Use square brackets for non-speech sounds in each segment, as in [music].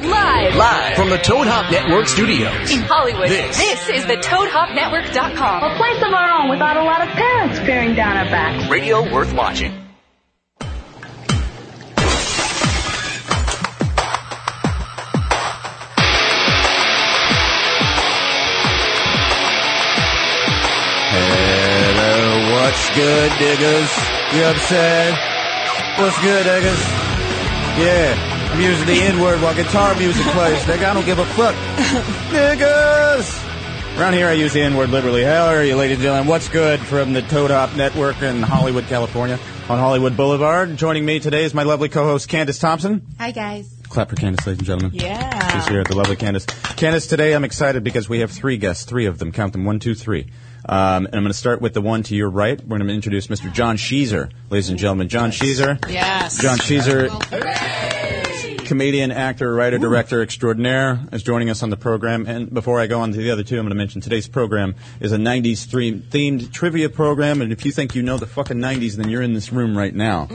Live. Live from the Toad Hop Network studios. In Hollywood. This. this is the ToadHopNetwork.com. A place of our own without a lot of parents peering down our backs. Radio worth watching. Hello, what's good, diggers? You upset? What's good, diggers? Yeah, I'm using the N-word while guitar music plays. Nigga, I don't give a fuck. Niggas! Around here, I use the N-word literally. How are you, ladies and gentlemen? What's good from the Toad Hop Network in Hollywood, California, on Hollywood Boulevard? Joining me today is my lovely co-host, Candace Thompson. Hi, guys. Clap for Candace, ladies and gentlemen. Yeah. She's here at the lovely Candace. Candace, today I'm excited because we have three guests, three of them. Count them, one, two, three. Um, and I'm going to start with the one to your right. We're going to introduce Mr. John Sheezer, ladies and gentlemen. John Sheezer. Yes. John Sheezer, comedian, actor, writer, director extraordinaire, is joining us on the program. And before I go on to the other two, I'm going to mention today's program is a 90s theme- themed trivia program. And if you think you know the fucking 90s, then you're in this room [laughs] right now.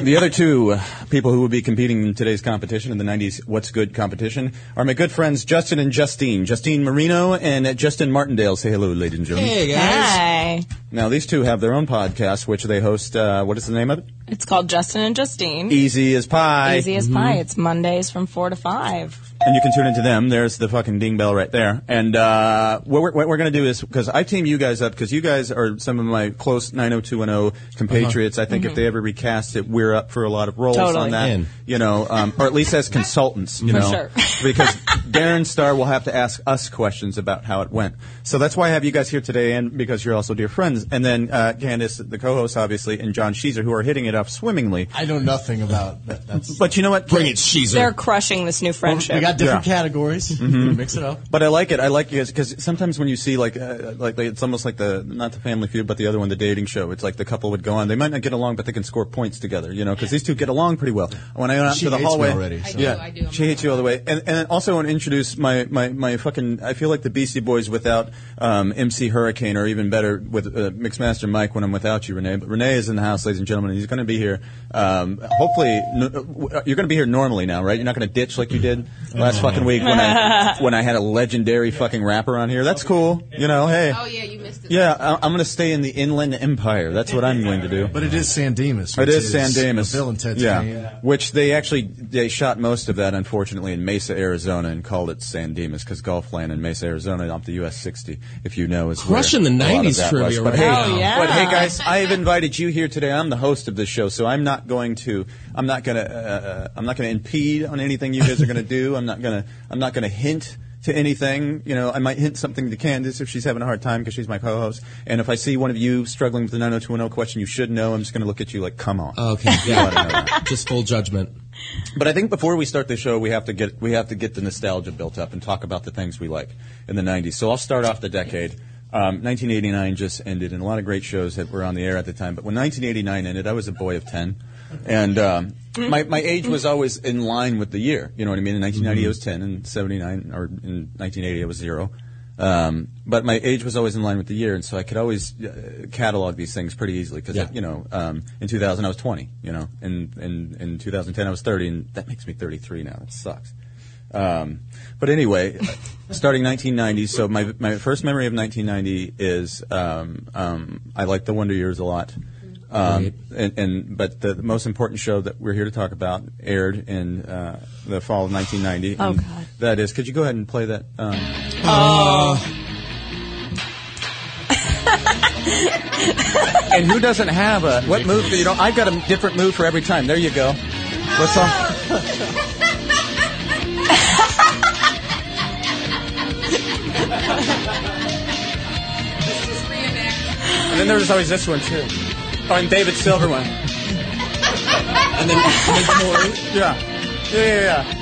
The other two uh, people who will be competing in today's competition, in the 90s What's Good competition, are my good friends Justin and Justine. Justine Marino and uh, Justin Martindale. Say hello, ladies and gentlemen. Hey guys. Hi. Now, these two have their own podcast, which they host, uh, what is the name of it? It's called Justin and Justine. Easy as Pie. Mm. Mm-hmm. Easy as pie. It's Mondays from four to five. and you can tune into them. There's the fucking ding bell right there. And uh, what we're, what we're going to do is because I team you guys up because you guys are some of my close 90210 compatriots. I think if they ever recast it, we're up for a lot of roles Uh-huh. Mm-hmm. Totally. on that. In. You know, um, or at least as consultants. You For know, sure. [laughs] because Darren Star will have to ask us questions about how it went. So that's why I have you guys here today, and because you're also dear friends. And then uh, Candace, the co-host, obviously, and John Sheezer, who are hitting it off swimmingly. I know nothing about that. That's But you know what? bring it, she's They're crushing this new We friendship. got different Yeah. categories. Mm-hmm. Mix it up. But I like it. I like you guys because sometimes when you see like uh, like they, it's almost like the not the Family Feud, but the other one, the dating show. It's like the couple would go on. They might not get along, but they can score points together. You know, because these two get along pretty well. When I went out She to the hates me hallway, already, I so- do, yeah, I do. I'm she hates you all the way. And and also I want to introduce my my my fucking. I feel like the Beastie Boys without um, MC Hurricane, or even better with uh, Mixmaster Mike when I'm without you, Renee. But Renee is in the house, ladies and gentlemen. And he's going to be here. Um, hopefully, no, uh, you're going to be here normally now, right? You're not going to ditch like you did last fucking week when [laughs] I when I had a legendary fucking rapper on here. That's cool, you know. Hey, Oh yeah, you missed it. yeah, I, I'm going to stay in the Inland Empire. That's what I'm going to do. But it is San Dimas. It which is San Dimas. a Bill and Ted's yeah. game. Which they actually they shot most of that unfortunately in Mesa, Arizona, and called it San Dimas because golf land in Mesa, Arizona, off the US 60, if you know, is Crushing where the a lot of 90s that trivia was. But right hey, now. Oh, yeah. but hey, guys, I've invited you here today. I'm the host of this show, so I'm not going to I'm not going to uh, I'm not going to impede on anything you guys are going to do. I'm not going to I'm not going to hint. To anything, you know, I might hint something to Candace if she's having a hard time because she's my co-host. And if I see one of you struggling with the 90210 question, you should know. I'm just going to look at you like, come on. [laughs] Okay. Yeah, I don't know. Just full judgment. But I think before we start the show, we have to get we have to get the nostalgia built up and talk about the things we like in the '90s. So I'll start off the decade. Um, 1989 just ended, and a lot of great shows that were on the air at the time. But when 1989 ended, I was a boy of 10, and um, my my age was always in line with the year. You know what I mean? In 1990, I was 10, and 79 or in 1980, I was zero. Um, but my age was always in line with the year, and so I could always uh, catalog these things pretty easily because Yeah. you know, um, in 2000 I was 20, you know, and in, in 2010 I was 30, and that makes me 33 now. That sucks. Um, but anyway, uh, starting 1990, so my my first memory of 1990 is um, um, I like the Wonder Years a lot. Um, Right. and, and but the, the most important show that we're here to talk about aired in uh, the fall of 1990. Oh, and God. That is. Could you go ahead and play that? Um, Oh. And who doesn't have a what move? do You know, I've got a different move for every time. There you go. What's up? Just reenact. And then there was always this one too. Oh, and David Silver one. And then, and then Tori. Yeah, yeah, yeah. yeah.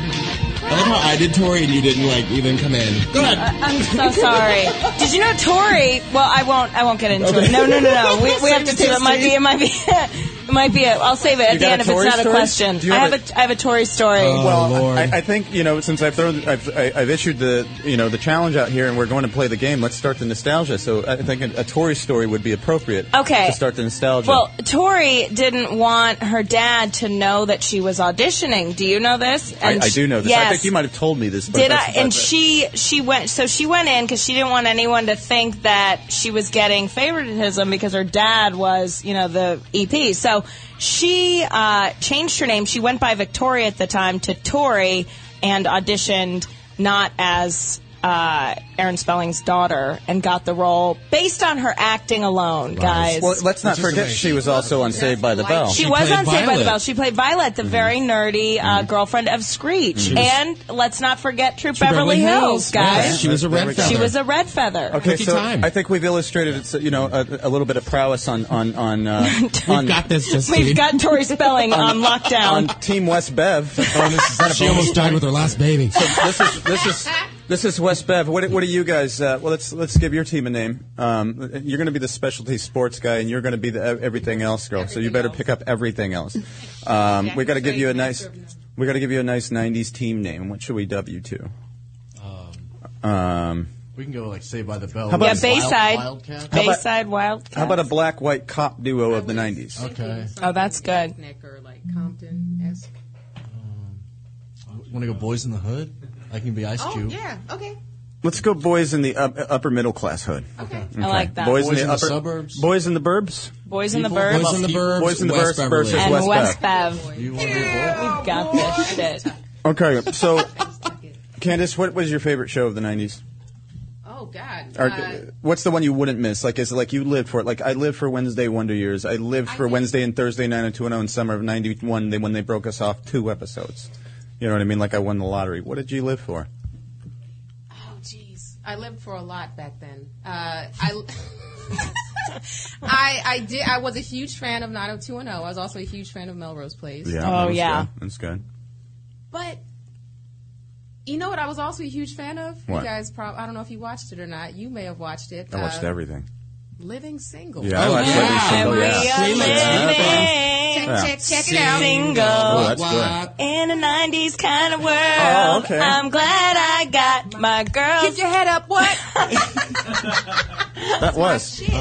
I love how I did Tori and you didn't like even come in. Go ahead. I'm so sorry. Did you know Tori? Well, I won't. I won't get into it. No, no, no, no. We, we have to do it. Might be. [laughs] It might be. It might be. A, I'll save it at You the got end a if it's Tory not a story? question. Do you I have have a I have a Tory story. Oh, Well, Lord. I, I think you know since I've thrown I've, I- I've issued the you know the challenge out here, and we're going to play the game. Let's start the nostalgia. So I think a, a Tory story would be appropriate. Okay. To start the nostalgia. Well, Tori didn't want her dad to know that she was auditioning. Do you know this? I, And I sh- do know this. Yes. I think you might have told me this. But Did that's- I? And that's- she she went. So she went in because she didn't want anyone to think that she was getting favoritism because her dad was, you know, the EP. So she uh, changed her name. She went by Victoria at the time to Tori and auditioned not as. Uh, Aaron Spelling's daughter and got the role based on her acting alone, guys. Well, let's not Which is forget amazing. she was also on Saved by the Bell. She, She was played on Saved by the Violet. Bell. She played Violet, the very nerdy uh, girlfriend of Screech. And let's not forget True Beverly, Hills, Yeah, guys. she was a There red we go. feather. She was a red feather. Okay, Cookie so [laughs] time. I think we've illustrated it's, you know a, a little bit of prowess on on [laughs] on uh, on, got this, Justine. We've got Tori Spelling on lockdown. on Team West Bev. [laughs] She almost died with her last baby. this is this is this is West Bev. What, what do you guys? Uh, well, let's let's give your team a name. Um, you're going to be the specialty sports guy, and you're going to be the ev- everything else girl. so you Everything better else. pick up everything else. Um, we got to give you a nice. Sorry, master of none. We got to give you a nice '90s team name. What should we W to? Um, We can go like Saved by the Bell. about- yeah, Wild- Bayside. Wildcat. Bayside Wildcat. how about a black white cop duo of the '90s? Okay. Oh, that's good. Neck or like Compton esque. Want to go Boys in the Hood? I can be Ice Oh, Cube. yeah. Okay. Let's go boys in the up, upper middle class hood. Okay. I like that. Boys, Boys, in the, in the upper suburbs. Boys in the burbs. in the People- Burbs. Boys in the Burbs, Boys in the West Burbs Beverly. versus and West, West Bev. Bev. You want to be a boy? We've got this shit. Okay, [laughs] so Candace, what was your favorite show of the '90s? Oh God. Or, Uh, what's the one you wouldn't miss? Like, is it like you lived for it? Like, I lived for Wednesday Wonder Years. I lived for did. Wednesday and Thursday 90210 in summer of 91 they, when they broke us off two episodes. You know what I mean? Like, I won the lottery. What did you live for? Oh, jeez. I lived for a lot back then. Uh, [laughs] I, I, I did. I was a huge fan of 90210. I was also a huge fan of Melrose Place. Oh, that was yeah. good. That's good. But you know what? I was also a huge fan of. What? You guys, prob- I don't know if you watched it or not. You may have watched it. I watched Uh, everything. Living single. Yeah, I Oh, watched yeah. every single. Memory Yeah. of living Check, check, check it out. single. Oh, that's good. In a 90s kind of world, Oh, okay. I'm glad I got my girls. Keep your head up. What? That was. you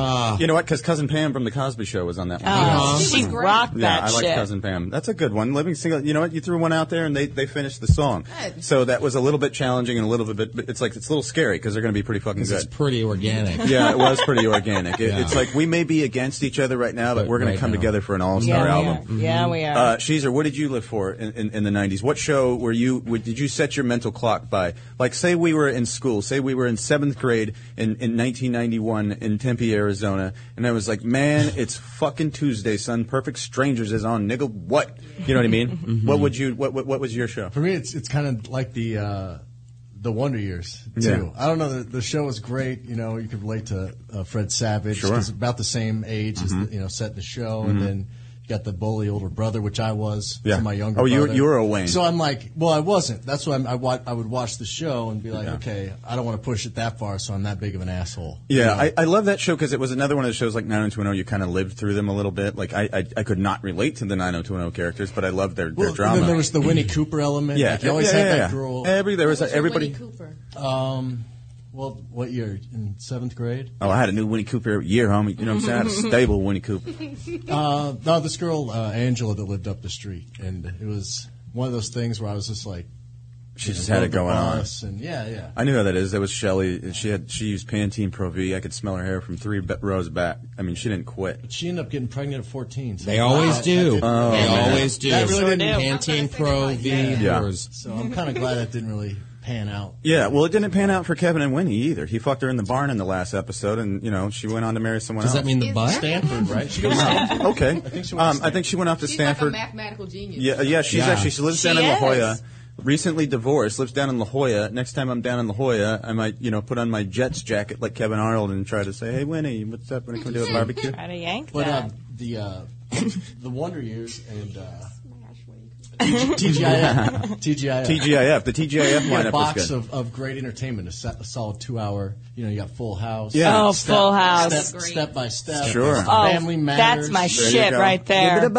know what? Because cousin Pam from the Cosby Show was on that one. Uh, Oh, She rocked Yeah, that I like shit. Cousin Pam. That's a good one. Living single. You know what? You threw one out there, and they, they finished the song. Good. So that was a little bit challenging and a little bit. but It's like it's a little scary because they're going to be pretty fucking It's good. pretty organic. [laughs] yeah, [laughs] it was pretty organic. It, Yeah. It's like we may be against each other right now, but, But we're going right to come now. Mm-hmm. together for an all-star yeah, we are. album. yeah, we are. Uh, Sheezer, what did you live for in, in, in the 90s? What show were you, would, did you set your mental clock by? Like, say we were in school, say we were in seventh grade in, in 1991 in Tempe, Arizona, and I was [laughs] like, man, it's fucking Tuesday, son. Perfect Strangers is on, nigga, what? You know what [laughs] I mean? Mm-hmm. What would you, what, what, what was your show? For me, it's it's kind of like the uh, the Wonder Years too. Yeah. I don't know. The, the show was great. You know, you could relate to uh, Fred Savage. Sure. Mm-hmm. He's about the same age as the, you know, set in the show, and then. you Got the bully older brother, which I was. Yeah. To my younger. Oh, you were- brother. you were a Wayne. So I'm like, well, I wasn't. That's why I'm, I wa- I would watch the show and be like, okay, I don't want to push it that far, so I'm that big of an asshole. Yeah, I, I love that show because it was another one of the shows like 90210. You kind of lived through them a little bit. Like I, I, I could not relate to the 90210 characters, but I loved their, their Well, drama. then there was the [clears throat] Winnie Cooper element. yeah, like, you always yeah, had yeah, that yeah. girl. Every there was, Who's your everybody. Winnie Cooper. Um, well, what year? In seventh grade. Oh, I had a new Winnie Cooper every year, homie. You know what I'm saying? [laughs] I had a stable Winnie Cooper. Uh, no, this girl uh, Angela that lived up the street, and it was one of those things where I was just like, She just had it going on. on, and yeah, yeah. I knew how that is. That was Shelly. She had she used Pantene Pro V. I could smell her hair from three be- rows back. I mean, she didn't quit. She ended up getting pregnant at 14. So They always do. Oh, they always do. That really didn't- Pantene Pro V. Yeah. yours. so I'm kind of glad that didn't really pan out. Yeah, well, it didn't pan out for Kevin and Winnie either. He fucked her in the barn in the last episode, and you know she went on to marry someone Does else. that mean the butt? Stanford, right? She goes No. okay. I think she went to um, I think she went off to She's Stanford. like a mathematical genius. Yeah, yeah. She's Yeah. actually she lives She down in La is. Jolla. Recently divorced, lives down in La Jolla. Next time I'm down in La Jolla, I might you know put on my Jets jacket like Kevin Arnold and try to say, "Hey, Winnie, what's up? Wanna [laughs] come do a barbecue?" uh, Try to yank [coughs] But that. um, the uh, the Wonder Years and uh, TGIF. TGIF. TGIF. The TGIF You got a lineup was box good. of, of great entertainment, a, set, a solid two hour. You know, you got Full House. Yeah. Oh, Full House. Step, step by step. Sure. Oh, Family matters. that's my There you shit go. right there.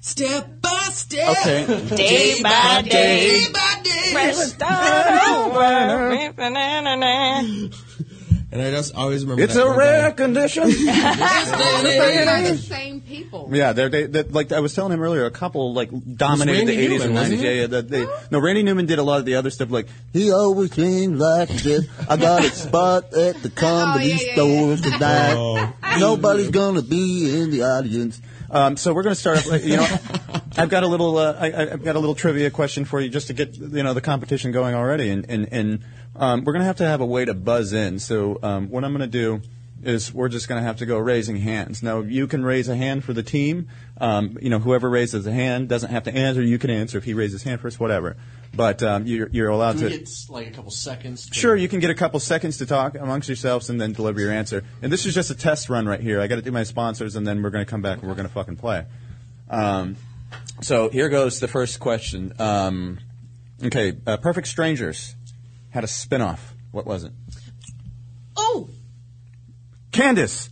Step by step. Okay. Day by day. by day. fresh start over. Na-na-na-na. And I just always remember It's that a one rare condition. They're the same Oh. people. yeah, they're, they, that like I was telling him earlier, a couple like dominated Randy the 80s Newman, and wasn't 90s. Yeah, it? yeah. That they, no, Randy Newman did a lot of the other stuff. Like he always seemed like this. I got a spot at the comedy Oh, yeah, yeah, store tonight. Oh. Nobody's gonna be in the audience. Um, so we're gonna start off. like, You know, I've got a little. Uh, I, I- I've got a little trivia question for you, just to get you know the competition going already. And and and um, we're gonna have to have a way to buzz in. So um, what I'm gonna do is we're just gonna have to go raising hands. Now you can raise a hand for the team. Um, you know, whoever raises a hand doesn't have to answer. You can answer if he raises his hand first, whatever. But um, you're, you're allowed Can to. we get like a couple seconds? to- Sure, you can get a couple seconds to talk amongst yourselves and then deliver your answer. And this is just a test run right here. I got to do my sponsors, and then we're going to come back and we're going to fucking play. Um, so here goes the first question. Um, okay, uh, Perfect Strangers had a spinoff. What was it? Oh, Candace.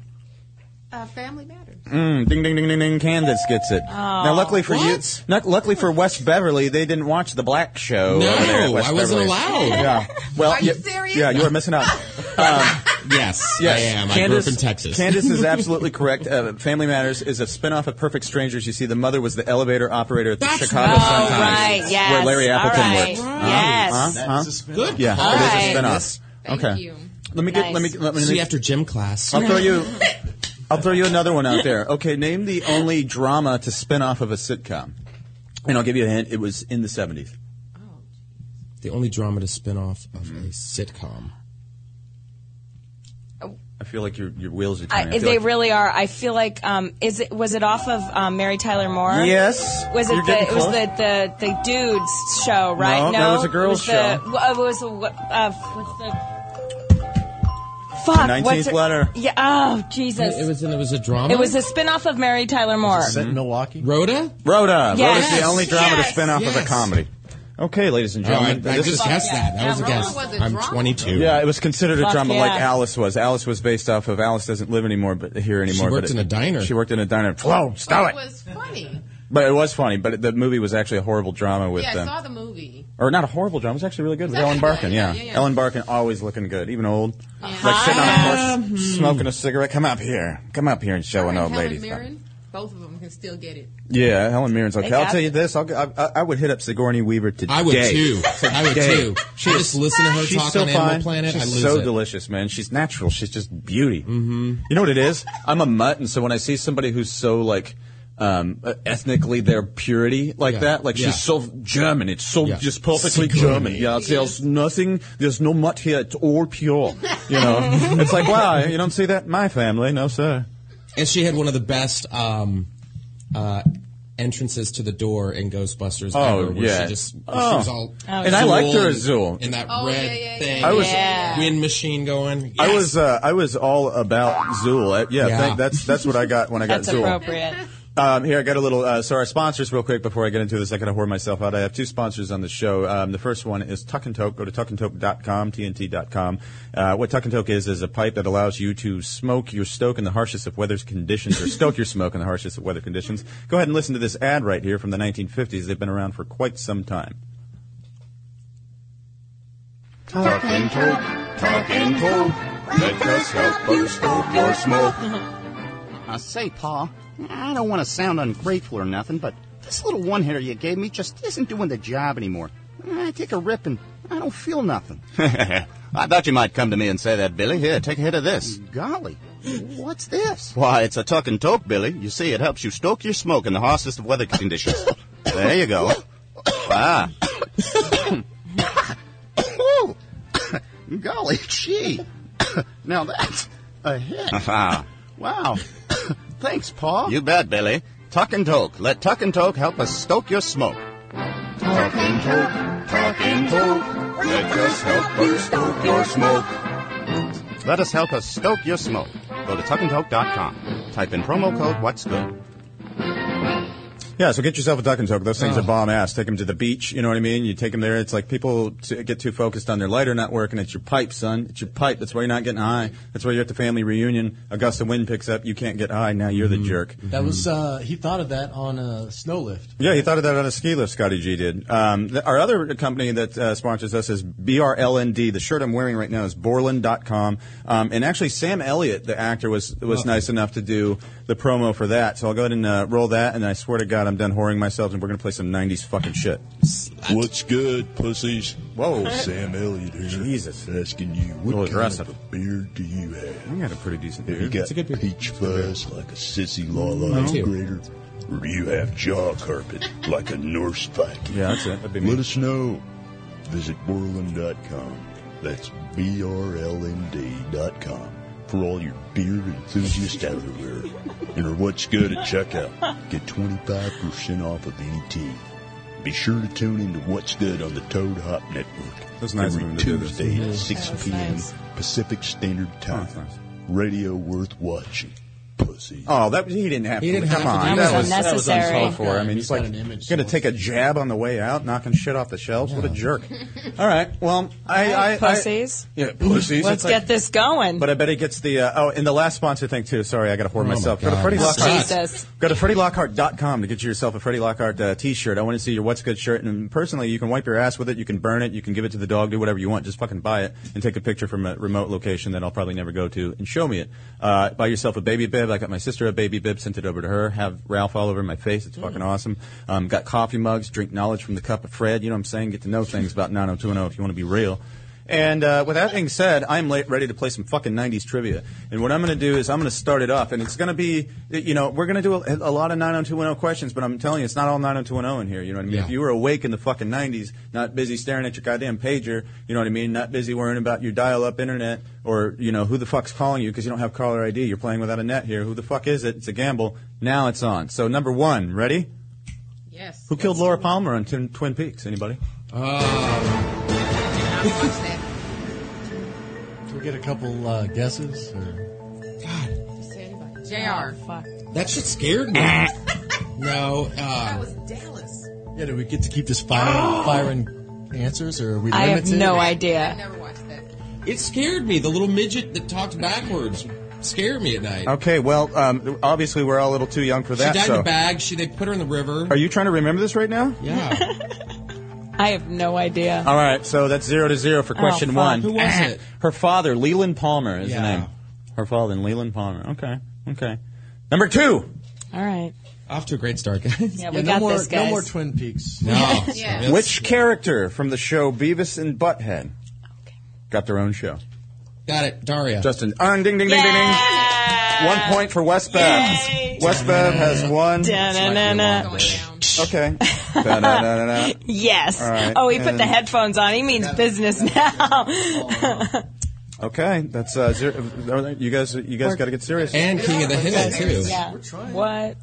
uh, Family Matters. Mm, ding ding ding ding ding. Candace gets it. now, luckily for you, What? not, luckily for West Beverly, they didn't watch the Black Show. No, over there at West I wasn't Beverly. allowed. Yeah. Well, Are you yeah- serious? Yeah, you were missing [laughs] out. Um, Yes, Yes, I am. I grew Candace, up in Texas. [laughs] Candace is absolutely correct. Uh, Family Matters is a spinoff of Perfect Strangers. You see, the mother was the elevator operator at the That's Chicago right. Sun-Times, All right, yes. where Larry Appleton All right. Mm-hmm. worked. Yes. Huh? That's a spin. Good. Uh-huh. Yeah, call. it is Alright. a spinoff. Thank okay. you. Let me get. Let me. Nice. Let me. See you after gym class. I'll throw you. I'll throw you another one out there. Okay, name the only drama to spin off of a sitcom, and I'll give you a hint. It was in the seventies. [laughs] The only drama to spin off of a sitcom. I feel like your your wheels are turning. I I, feel they like- really are. I feel like um, is it was it off of um, Mary Tyler Moore? Yes. Was it You're the getting it was close. the, the the dudes show right? No, that was a it girls' the- show. w- uh, it was the what- uh, what's the fuck? what's 19th her- letter. Yeah. Oh Jesus! It was. It was a drama. It was a spin-off of Mary Tyler Moore. Set in Milwaukee. Rhoda. Rhoda. Yes. Rhoda's the only drama to Yes. spin off of a Yes. comedy. Okay, ladies and Oh, I, I gentlemen. this just is- guessed yeah. that. That was a Rhoda guess. was a I'm drama. 22. yeah, it was considered a Fuck drama yeah. like Alice was. Alice was based off of Alice doesn't live anymore, but here anymore. worked but in a diner. She worked in a diner. Flo, But stop it it! was funny. But it was funny. But the movie was actually a horrible drama with Yeah, I them, saw the movie. or not a horrible drama. It was actually really good with It's Ellen actually Barkin. good. Yeah. Yeah, yeah, yeah. Ellen Barkin always looking good, even old. Like sitting on a porch, smoking a cigarette. Come up here, come up here and show an Helen old Oh, lady. Mirren, both of them can still get it. Yeah, Helen Mirren's okay. They I'll got- tell you this. I'll, I, I would hit up Sigourney Weaver today. I would too. I would [laughs] Today. too. I just listen to her She's talk so on Animal fine. Planet. She's I lose so it. delicious, man. She's natural. She's just beauty. Mm-hmm. You know what it is? I'm a mutt, and so when I see somebody who's so like um, uh, ethnically their purity like Yeah. that, like Yeah. she's so German. It's so Yeah. just perfectly Sigourney. German. Yeah, there's nothing. There's no mutt here. It's all pure. You [laughs] know, [laughs] it's like wow. You don't see that in my family, no sir. Uh. And she had one of the best um, uh, entrances to the door in Ghostbusters Oh, ever. Where yeah. She just, Oh. she was all And I liked her as Zool. and- And that Oh, red yeah, yeah, thing. yeah, I was- yeah. wind machine going. I Yes. was uh, I was all about Zool. I, yeah, Yeah. thank- that's that's what I got when I got That's Zool. appropriate. Um, here, I got a little. Uh, so, our sponsors, real quick, before I get into this, I got to whore myself out. I have two sponsors on the show. Um, the first one is Tuck and Toke. Go to tuckandtoke.com, TNT.com. Uh, what Tuck and Toke is, is a pipe that allows you to smoke your stoke in the harshest of weather conditions, or stoke your smoke in the harshest of weather conditions. Go ahead and listen to this ad right here from the 1950s. They've been around for quite some time. Talk and talk, talk and talk. Let us help you stop your smoke. Uh, Now, say, Paul, I don't want to sound ungrateful or nothing, but this little one hitter you gave me just isn't doing the job anymore. I take a rip and I [laughs] don't feel nothing. [coughs] I thought you might come to me and say that, Billy. Here, take a hit of this. Golly, what's this? Why, it's a tuck and toke, Billy. You see, it helps you stoke your smoke in the harshest of weather [laughs] conditions. there you go. Ah, Oh, [laughs] golly, gee. [coughs] now that's a hit. [laughs] ah. Wow. [coughs] Thanks, Paul. You bet, Billy. Tuck and toke. Let tuck and toke help us stoke your smoke. Talk and talk, talk and talk. Let us help you stop your smoke. Let us help us stoke your smoke. Go to tuckandtoke.com. Type in promo code What's Good. Yeah, so get yourself a duck and toke. Those things Oh. are bomb ass. Take them to the beach. You know what I mean? You take them there. It's like people t- get too focused on their lighter not working. It's your pipe, son. It's your pipe. That's why you're not getting high. That's why you're at the family reunion. Augusta wind picks up. You can't get high. Now you're the jerk. Mm-hmm. That was uh, he thought of that on uh, a snow lift. Yeah, he thought of that on a ski lift. Scotty G did. Um, th- our other company that uh, sponsors us is BRLND. The shirt I'm wearing right now is Borland.com. Um, and actually, Sam Elliott, the actor, was Oh. was nice enough to do the promo for that. So I'll go ahead and uh, roll that. And I swear to God, I'm done whoring myself, and we're gonna play some '90s fucking shit. What's good, pussies? Whoa. Sam Elliott here. Jesus. Asking you, Little what kind aggressive. of a beard do you have? I got a pretty decent Have you beard. got It's a good beard. peach fuzz like a sissy lala Me too. grater? Or do you have jaw carpet like a Norse Viking? Yeah, that's it. That'd be me. Let us know. Visit Borland.com. That's B-R-L-N-D.com for all your beard enthusiast outerwear. and or what's good at checkout. Get 25% off of any team. Be sure to tune into What's Good on the Toad Hop Network That's nice of every him to do this. Oh, Tuesday at 6 That's p.m. nice. Pacific Standard Time. that's nice. Radio worth watching. Pussy. Oh, that he didn't have. He to. didn't Come have to on, do that, that. was That was unnecessary. That was uncalled for. I mean, He's he's got like an image going to source. take a jab on the way out, knocking shit off the shelves. What a jerk! All right, well, I, I, I Pussies. yeah, pussies. Let's It's like- get this going. But I bet he gets the uh, oh, and the last sponsor thing too. Sorry, I got to whore myself. Go to God. Freddie Lockhart. Jesus. Go to freddylockhart.com to get yourself a Freddie Lockhart uh, t-shirt. I want to see your what's good shirt. And personally, you can wipe your ass with it. You can burn it. You can give it to the dog. Do whatever you want. Just fucking buy it and take a picture from a remote location that I'll probably never go to and show me it. Uh, buy yourself a baby bib. I got my sister a baby bib. Sent it over to her. Have Ralph all over my face. It's fucking awesome. Um, got coffee mugs. Drink knowledge from the cup of Fred. You know what I'm saying? Get to know things about 90210 if you want to be real. And uh, with that being said, I'm late, ready to play some fucking 90s trivia. And what I'm going to do is I'm going to start it off, and it's going to be, you know, we're going to do a, a lot of 90210 questions, but I'm telling you, it's not all 90210 in here. You know what I mean? Yeah. If you were awake in the fucking 90s, not busy staring at your goddamn pager, you know what I mean? Not busy worrying about your dial-up internet or, you know, who the fuck's calling you because you don't have caller ID. You're playing without a net here. Who the fuck is it? It's a gamble. Now it's on. So number one, ready? Yes. Who killed Laura Palmer on Twin, Twin Peaks? Anybody? I watched that. Can we get a couple uh, guesses? Or? Just say anybody. Jr. Oh, Fuck. That shit scared me. [laughs] no, That uh, was Dallas. Yeah, do we get to keep [gasps] this firing, firing answers, or are we limited? I have no I idea. never watched that. it scared me. The little midget that talked backwards scared me at night. Okay, well, um, obviously we're all a little too young for She that. died so. in a bag. She they put her in the river. [laughs] Are you trying to remember this right now? yeah. I have no idea. All right, so that's zero to zero for question fuck. one. Oh, Who [clears throat] was it? Her father, Leland Palmer, is the Yeah. name. Her father, Leland Palmer. Okay, okay. Number two. All right. Off to a great start, guys. Yeah, Yeah, we no got more, this, guys. no more Twin Peaks. [laughs] No. [laughs] Yeah. It's- Which character from the show Beavis and Butthead got their own show? Got it, Daria. Justin. Uh, ding, ding, ding, ding, ding. One point for West Bev. Yay. West Bev has one. Da-na-na-na. Going down. [laughs] Okay. Da-da-da-da-da. Yes. All right. Oh, he put And- the headphones on. He means business now. Okay, that's uh, zero. You guys, you guys got to get serious. and King of the Hill too. yeah. What?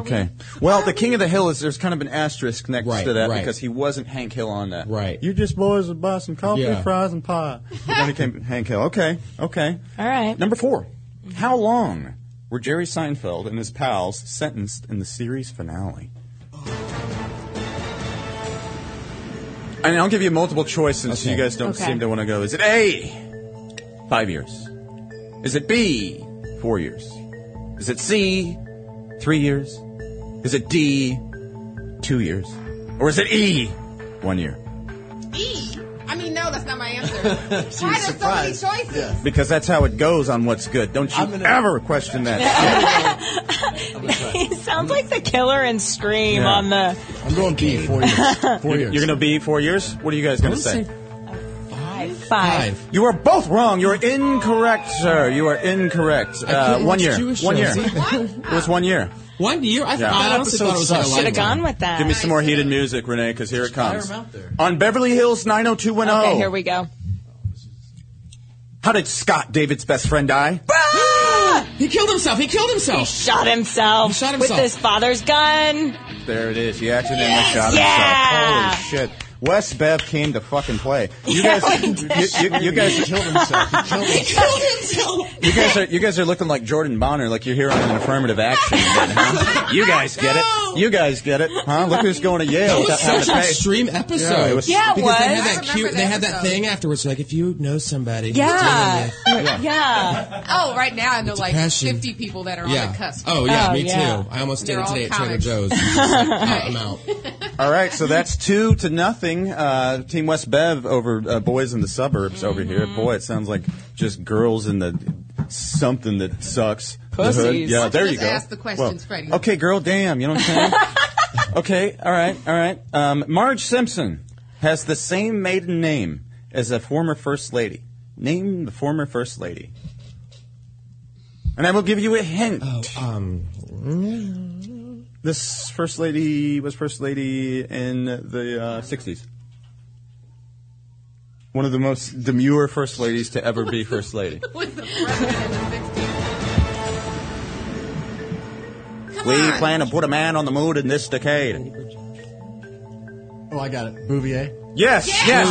Okay. Well, the King of the Hill is there's kind of an asterisk next Right, to that right. because he wasn't Hank Hill on that. Right. You just boys would buy some coffee, Yeah. fries, and pie. And then it came Hank Hill. Okay. Okay. All right. Number four. How long were Jerry Seinfeld and his pals sentenced in the series finale? And I'll give you multiple choice since Okay. you guys don't Okay. seem to want to go. Is it A, five years? Is it B, four years? Is it C, three years? Is it D, two years? Or is it E, one year? E. I mean, no, that's not my answer. Why there's so many surprised. choices? Because that's how it goes on What's Good. Don't you I'm gonna- ever [laughs] question that. He sounds like the killer in Scream Yeah. on the. I'm going B. [laughs] Four years. Four years. You're going to be four years? What are you guys going to say? Five. Five. You are both wrong. You're incorrect, sir. You are incorrect. Uh, one watch year. Jewish one year. shows [laughs] It was one year. One year. I, Yeah. thought, I honestly thought it was like a Should have light one. gone with that. Give me some more heated music, Renee, because here it comes. him out there. On Beverly Hills 90210. Okay, here [laughs] we go. How did Scott, David's best friend, die? Ah! He killed himself. He killed He himself. shot himself, He shot with himself. his father's gun. There it is. He accidentally shot Yeah! himself. Holy shit. Wes Bev came to fucking play. You Yeah, guys, we [laughs] you, you, you guys, killed himself. He killed himself. Killed himself. you guys are, you guys are looking like Jordan Bonner, like you're here on an affirmative action. you guys get it. You guys get it, huh? Look who's going to Yale. That was without having such an to pay. extreme episode. Yeah, it was- Yeah, it because was. They I had that remember cute. the They had that episode. thing afterwards, like if you know somebody. who's Yeah. dating you- Yeah. Oh, right now I know like passion. 50 people that are on the cusp. Oh yeah, me yeah. too. I almost did They're it all today at [laughs] Trader comics. Joe's. I'm out. All right, so that's two to nothing. Uh, Team West Bev over uh, boys in the suburbs over here. Boy, it sounds like just girls in the something that sucks. The hood. Pussies. Yeah, Let's there you go. ask the questions, Freddie. Okay, girl, damn. You know [laughs] what I'm saying? okay, all right, all right. Um, Marge Simpson has the same maiden name as a former first lady. Name the former first lady. And I will give you a hint. um, this first lady was first lady in the uh, 60s. One of the most demure first ladies to ever be [laughs] first lady. [laughs] With the president in the 60s. we plan to put a man on the moon in this decade. Oh, I got it. Bouvier. Yes, yes,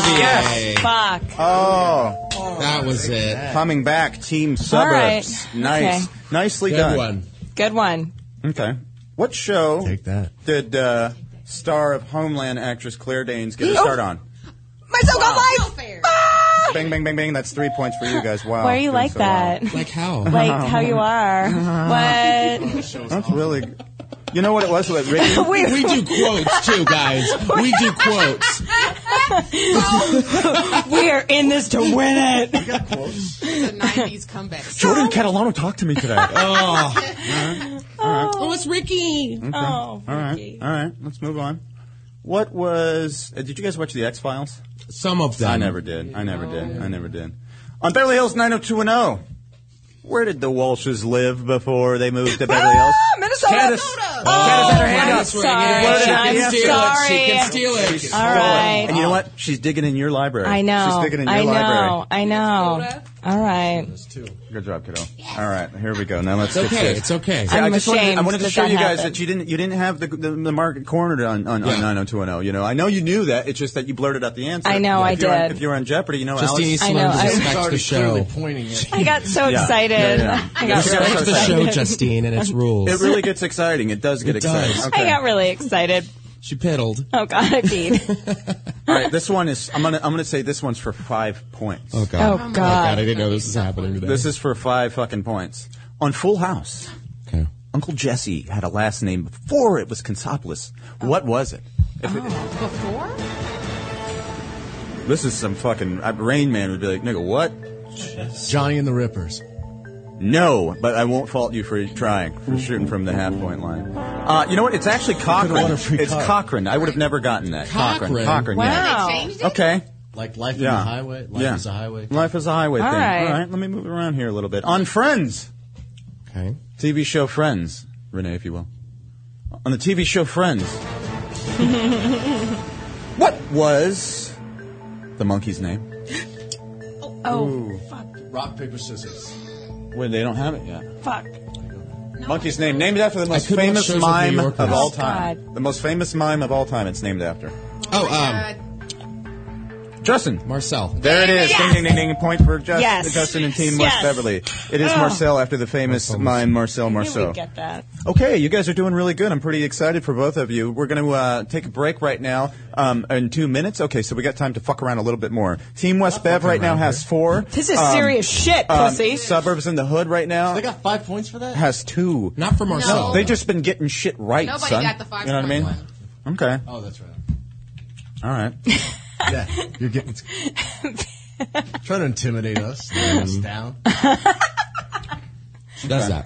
yes. Fuck. Oh, that was it. Coming back, Team Suburbs. right, Nice, okay. nicely Good done. one. Good one. Okay. What show Take that. did uh, star of Homeland actress Claire Danes get a Oh. start on? Myself on life. Bang, bang, bang, bang. That's three points for you guys. Wow. Why are you doing like so well. that? Like [laughs] how? Like how you are. What? That's really. You know what it was? What Ricky? [laughs] We, we do quotes too, guys. We do quotes. we are in this to win it. It's a 90s comeback. [laughs] [laughs] Jordan Catalano talked to me today. Oh, Uh-huh. Oh, it's Ricky. Oh, All right. Ricky. All right. Let's move on. What was. Uh, did you guys watch The X Files? some of them. I never did. I never did. I never did. On Beverly Hills 90210. Where did the Walshes live before they moved to Beverly Hills? Ah, Minnesota. Candace. Oh, Candace had her hand I'm up. sorry. What did I I'm do? She can steal it. sorry. She can steal it. All right. And you know what? She's digging in your library. I know. She's digging in your I know. library. I know. All right. Good job, kiddo. All right, here we go. Now let's It's get okay. this. It's okay. See, I I'm just wanted, ashamed I wanted to that show that you guys happened. that you didn't you didn't have the the, the market cornered on on, oh on Yeah. 90210. You know, I know you knew that. It's just that you blurted out the answer. I know, I If you're on- did. if you're on Jeopardy, you know, Oh. Justine Alex. I know, Sloan I- It's respects already the clearly show. pointing at I got so Yeah. excited. Yeah, yeah. I got really Yeah, yeah. Respect the excited. show, Justine, and [laughs] its rules. It really gets exciting. It does get It does. exciting. Okay. I got really excited. she piddled. Oh God, I [laughs] peed. All right, this one is. I'm gonna I'm gonna say this one's for five points. Oh god. Oh, Oh God. god. I didn't know this was happening today. This is for five fucking points on Full House. okay. Uncle Jesse had a last name before it was Consopolis. What was it? If it Oh, Before? [laughs] This is some fucking uh, Rain Man would be like, nigga, what? you. Johnny and the Rippers. No, but I won't fault you for trying for shooting from the half point line. Uh, you know what? It's actually Cochrane. won a free It's car. Cochrane. I would have never gotten that. Cochrane. Cochrane? Cochrane. Wow. They changed Yeah. it? Okay. Like Life Yeah. on the Highway. Life yeah. is a Highway. Life is a highway All thing. right. All right. Let me move around here a little bit. On Friends, Okay. TV show Friends, Renee, if you will. On the TV show Friends, what was the monkey's name? Oh Rock, paper, scissors. Well, they don't have it yet. fuck. Monkey's name, named after the most couldn't watch famous shows with mime New of Yorkers. all Oh, time. God. The most famous mime of all time. It's named after Oh, Uh, um, Justin. Marcel. There it is. Yes. Ding ding ding ding. Point for Justin, Yes. Justin and Team Yes. West Beverly. It is Ugh. Marcel after the famous mime Marcel Maybe Marceau. we get that. Okay, you guys are doing really good. I'm pretty excited for both of you. We're going to uh, take a break right now um, in two minutes. Okay, so we got time to fuck around a little bit more. Team West Bev right now has four. This is Um, serious shit, um, pussy. Suburbs in the Hood right now They got five points for that? has two. Not for Marcel. No, they just been getting shit right, Nobody son. got the five You know what I mean? point Okay. Oh, that's right. All right. Yeah, you're getting. trying to intimidate us, [laughs] Um, [laughs] let us down. She does that.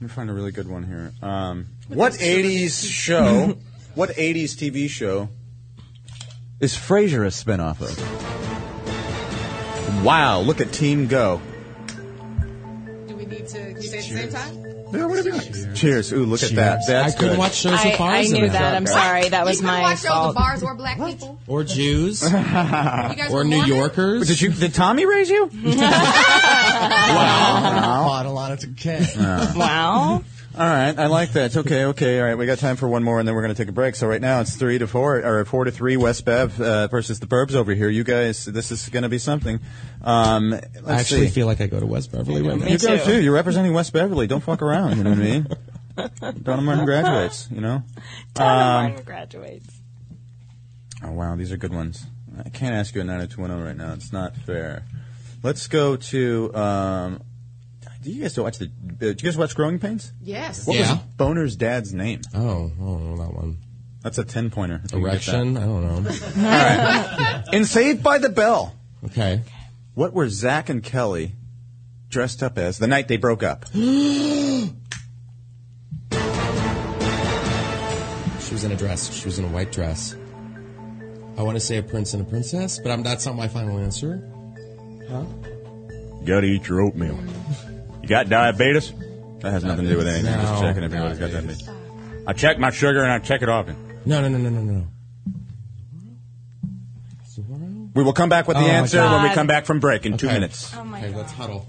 Let me find a really good one here. Um, what 80s show, what 80s TV show is Frasier a spinoff of? Wow, look at Team Go. do we need to say it at the same time? Yeah, what have you got? Cheers. Ooh, look at that. That's I couldn't good. watch shows I, with I bars in knew it. that. I'm sorry. That was you can my watch shows fault. with bars or black people. [gasps] Or Jews. [laughs] You guys or were New Mormon? Yorkers. Did you? Did Tommy raise [laughs] you? Bottle on it to cat. [laughs] Wow. All right, I like that. Okay, okay. All right, we got time for one more, and then we're going to take a break. So right now it's three to four, or four to three. West Bev uh, versus the Burbs over here. You guys, this is going to be something. Um, let's I actually see. feel like I go to West Beverly right now. [laughs] you go too. You're representing West Beverly. Don't fuck around. You know what I mean? Donna Martin graduates, you know? Donna Um, Martin graduates. Oh wow, these are good ones. I can't ask you a 90210 right now. It's not fair. Let's go to. Um, do you guys still watch the? Uh, do you guys watch Growing Pains? Yes. What Yeah. was Boner's dad's name? Oh, I don't know that one. That's a ten pointer. Erection? I don't know. [laughs] All right. In Saved by the Bell. Okay. What were Zach and Kelly dressed up as the night they broke up? She was in a dress. She was in a white dress. [gasps] I want to say a prince and a princess, but I'm, that's not my final answer. Huh? Gotta eat your oatmeal. You got diabetes? That has nothing to do with anything. I'm just No, checking if anybody's got that. I check my sugar and I check it often. No, no, no, no, no, no. We will come back with the Oh, my answer when we God. come back from break in two Okay. minutes. Oh my okay, let's huddle.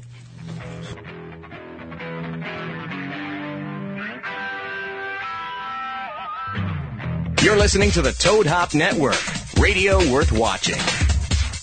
You're listening to the Toad Hop Network, radio worth watching.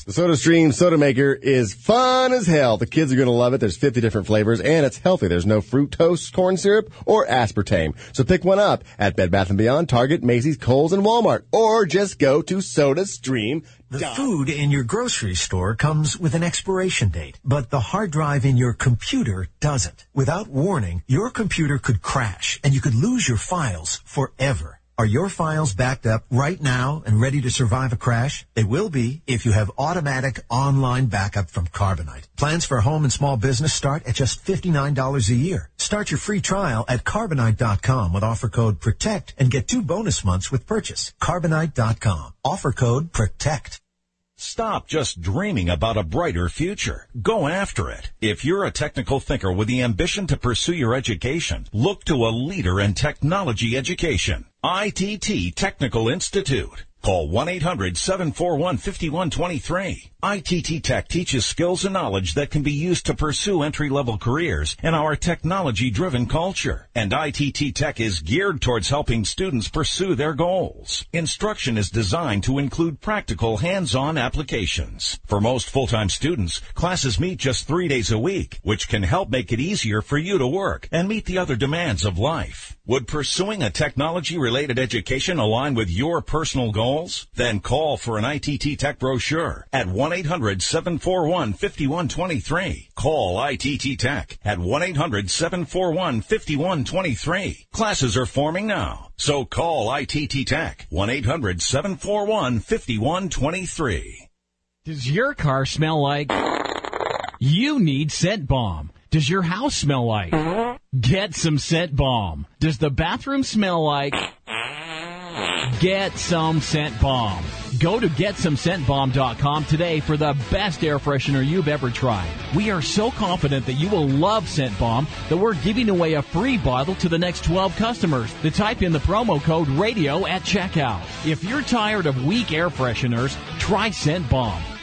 The SodaStream Soda Maker is fun as hell. The kids are going to love it. There's 50 different flavors and it's healthy. There's no fructose, corn syrup, or aspartame. So pick one up at Bed Bath & Beyond, Target, Macy's, Kohl's, and Walmart. Or just go to SodaStream. The food in your grocery store comes with an expiration date, but the hard drive in your computer doesn't. Without warning, your computer could crash and you could lose your files forever. Are your files backed up right now and ready to survive a crash? They will be if you have automatic online backup from Carbonite. Plans for home and small business start at just $59 a year. Start your free trial at carbonite.com with offer code PROTECT and get two bonus months with purchase. Carbonite.com. Offer code PROTECT. Stop just dreaming about a brighter future. Go after it. If you're a technical thinker with the ambition to pursue your education, look to a leader in technology education. ITT Technical Institute. Call 1-800-741-5123. ITT Tech teaches skills and knowledge that can be used to pursue entry-level careers in our technology-driven culture. And ITT Tech is geared towards helping students pursue their goals. Instruction is designed to include practical hands-on applications. For most full-time students, classes meet just three days a week, which can help make it easier for you to work and meet the other demands of life. Would pursuing a technology-related education align with your personal goals? Then call for an ITT Tech brochure at 1-800-741-5123. Call ITT Tech at 1-800-741-5123. Classes are forming now, so call ITT Tech 1-800-741-5123. Does your car smell like? You need scent bomb. Does your house smell like? Get some scent bomb. Does the bathroom smell like? Get some scent bomb. Go to getsomescentbomb.com today for the best air freshener you've ever tried. We are so confident that you will love Scent Bomb that we're giving away a free bottle to the next 12 customers that type in the promo code radio at checkout. If you're tired of weak air fresheners, try Scent Bomb.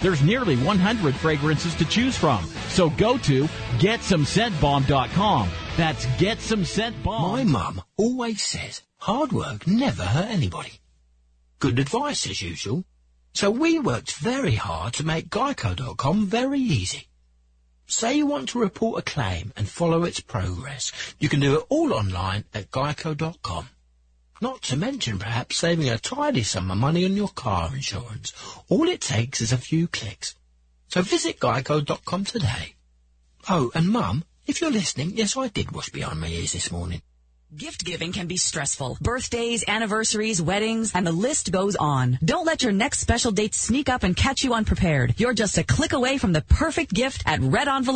There's nearly 100 fragrances to choose from. So go to getsomescentbomb.com. That's getsomescentbomb. My mum always says hard work never hurt anybody. Good advice as usual. So we worked very hard to make Geico.com very easy. Say you want to report a claim and follow its progress. You can do it all online at Geico.com. Not to mention perhaps saving a tidy sum of money on your car insurance. All it takes is a few clicks. So visit Geico.com today. Oh, and Mum, if you're listening, yes, I did wash behind my ears this morning. Gift giving can be stressful. Birthdays, anniversaries, weddings, and the list goes on. Don't let your next special date sneak up and catch you unprepared. You're just a click away from the perfect gift at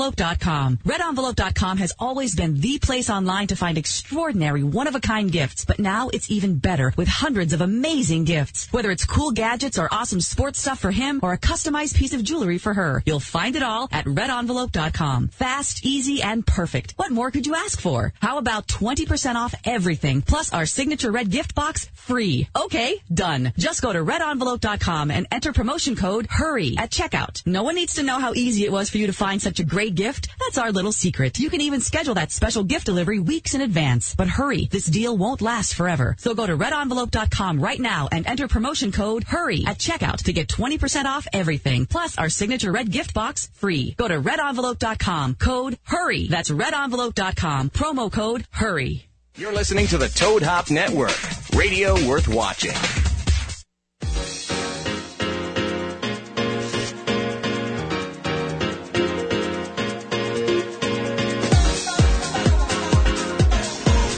redenvelope.com. Redenvelope.com has always been the place online to find extraordinary, one-of-a-kind gifts, but now it's even better with hundreds of amazing gifts. Whether it's cool gadgets or awesome sports stuff for him or a customized piece of jewelry for her, you'll find it all at redenvelope.com. Fast, easy, and perfect. What more could you ask for? How about 20% off off everything, plus our signature red gift box free. Okay, done. Just go to redenvelope.com and enter promotion code HURRY at checkout. No one needs to know how easy it was for you to find such a great gift. That's our little secret. You can even schedule that special gift delivery weeks in advance. But hurry, this deal won't last forever. So go to redenvelope.com right now and enter promotion code HURRY at checkout to get 20% off everything, plus our signature red gift box free. Go to redenvelope.com, code HURRY. That's redenvelope.com, promo code HURRY. You're listening to the Toad Hop Network, radio worth watching.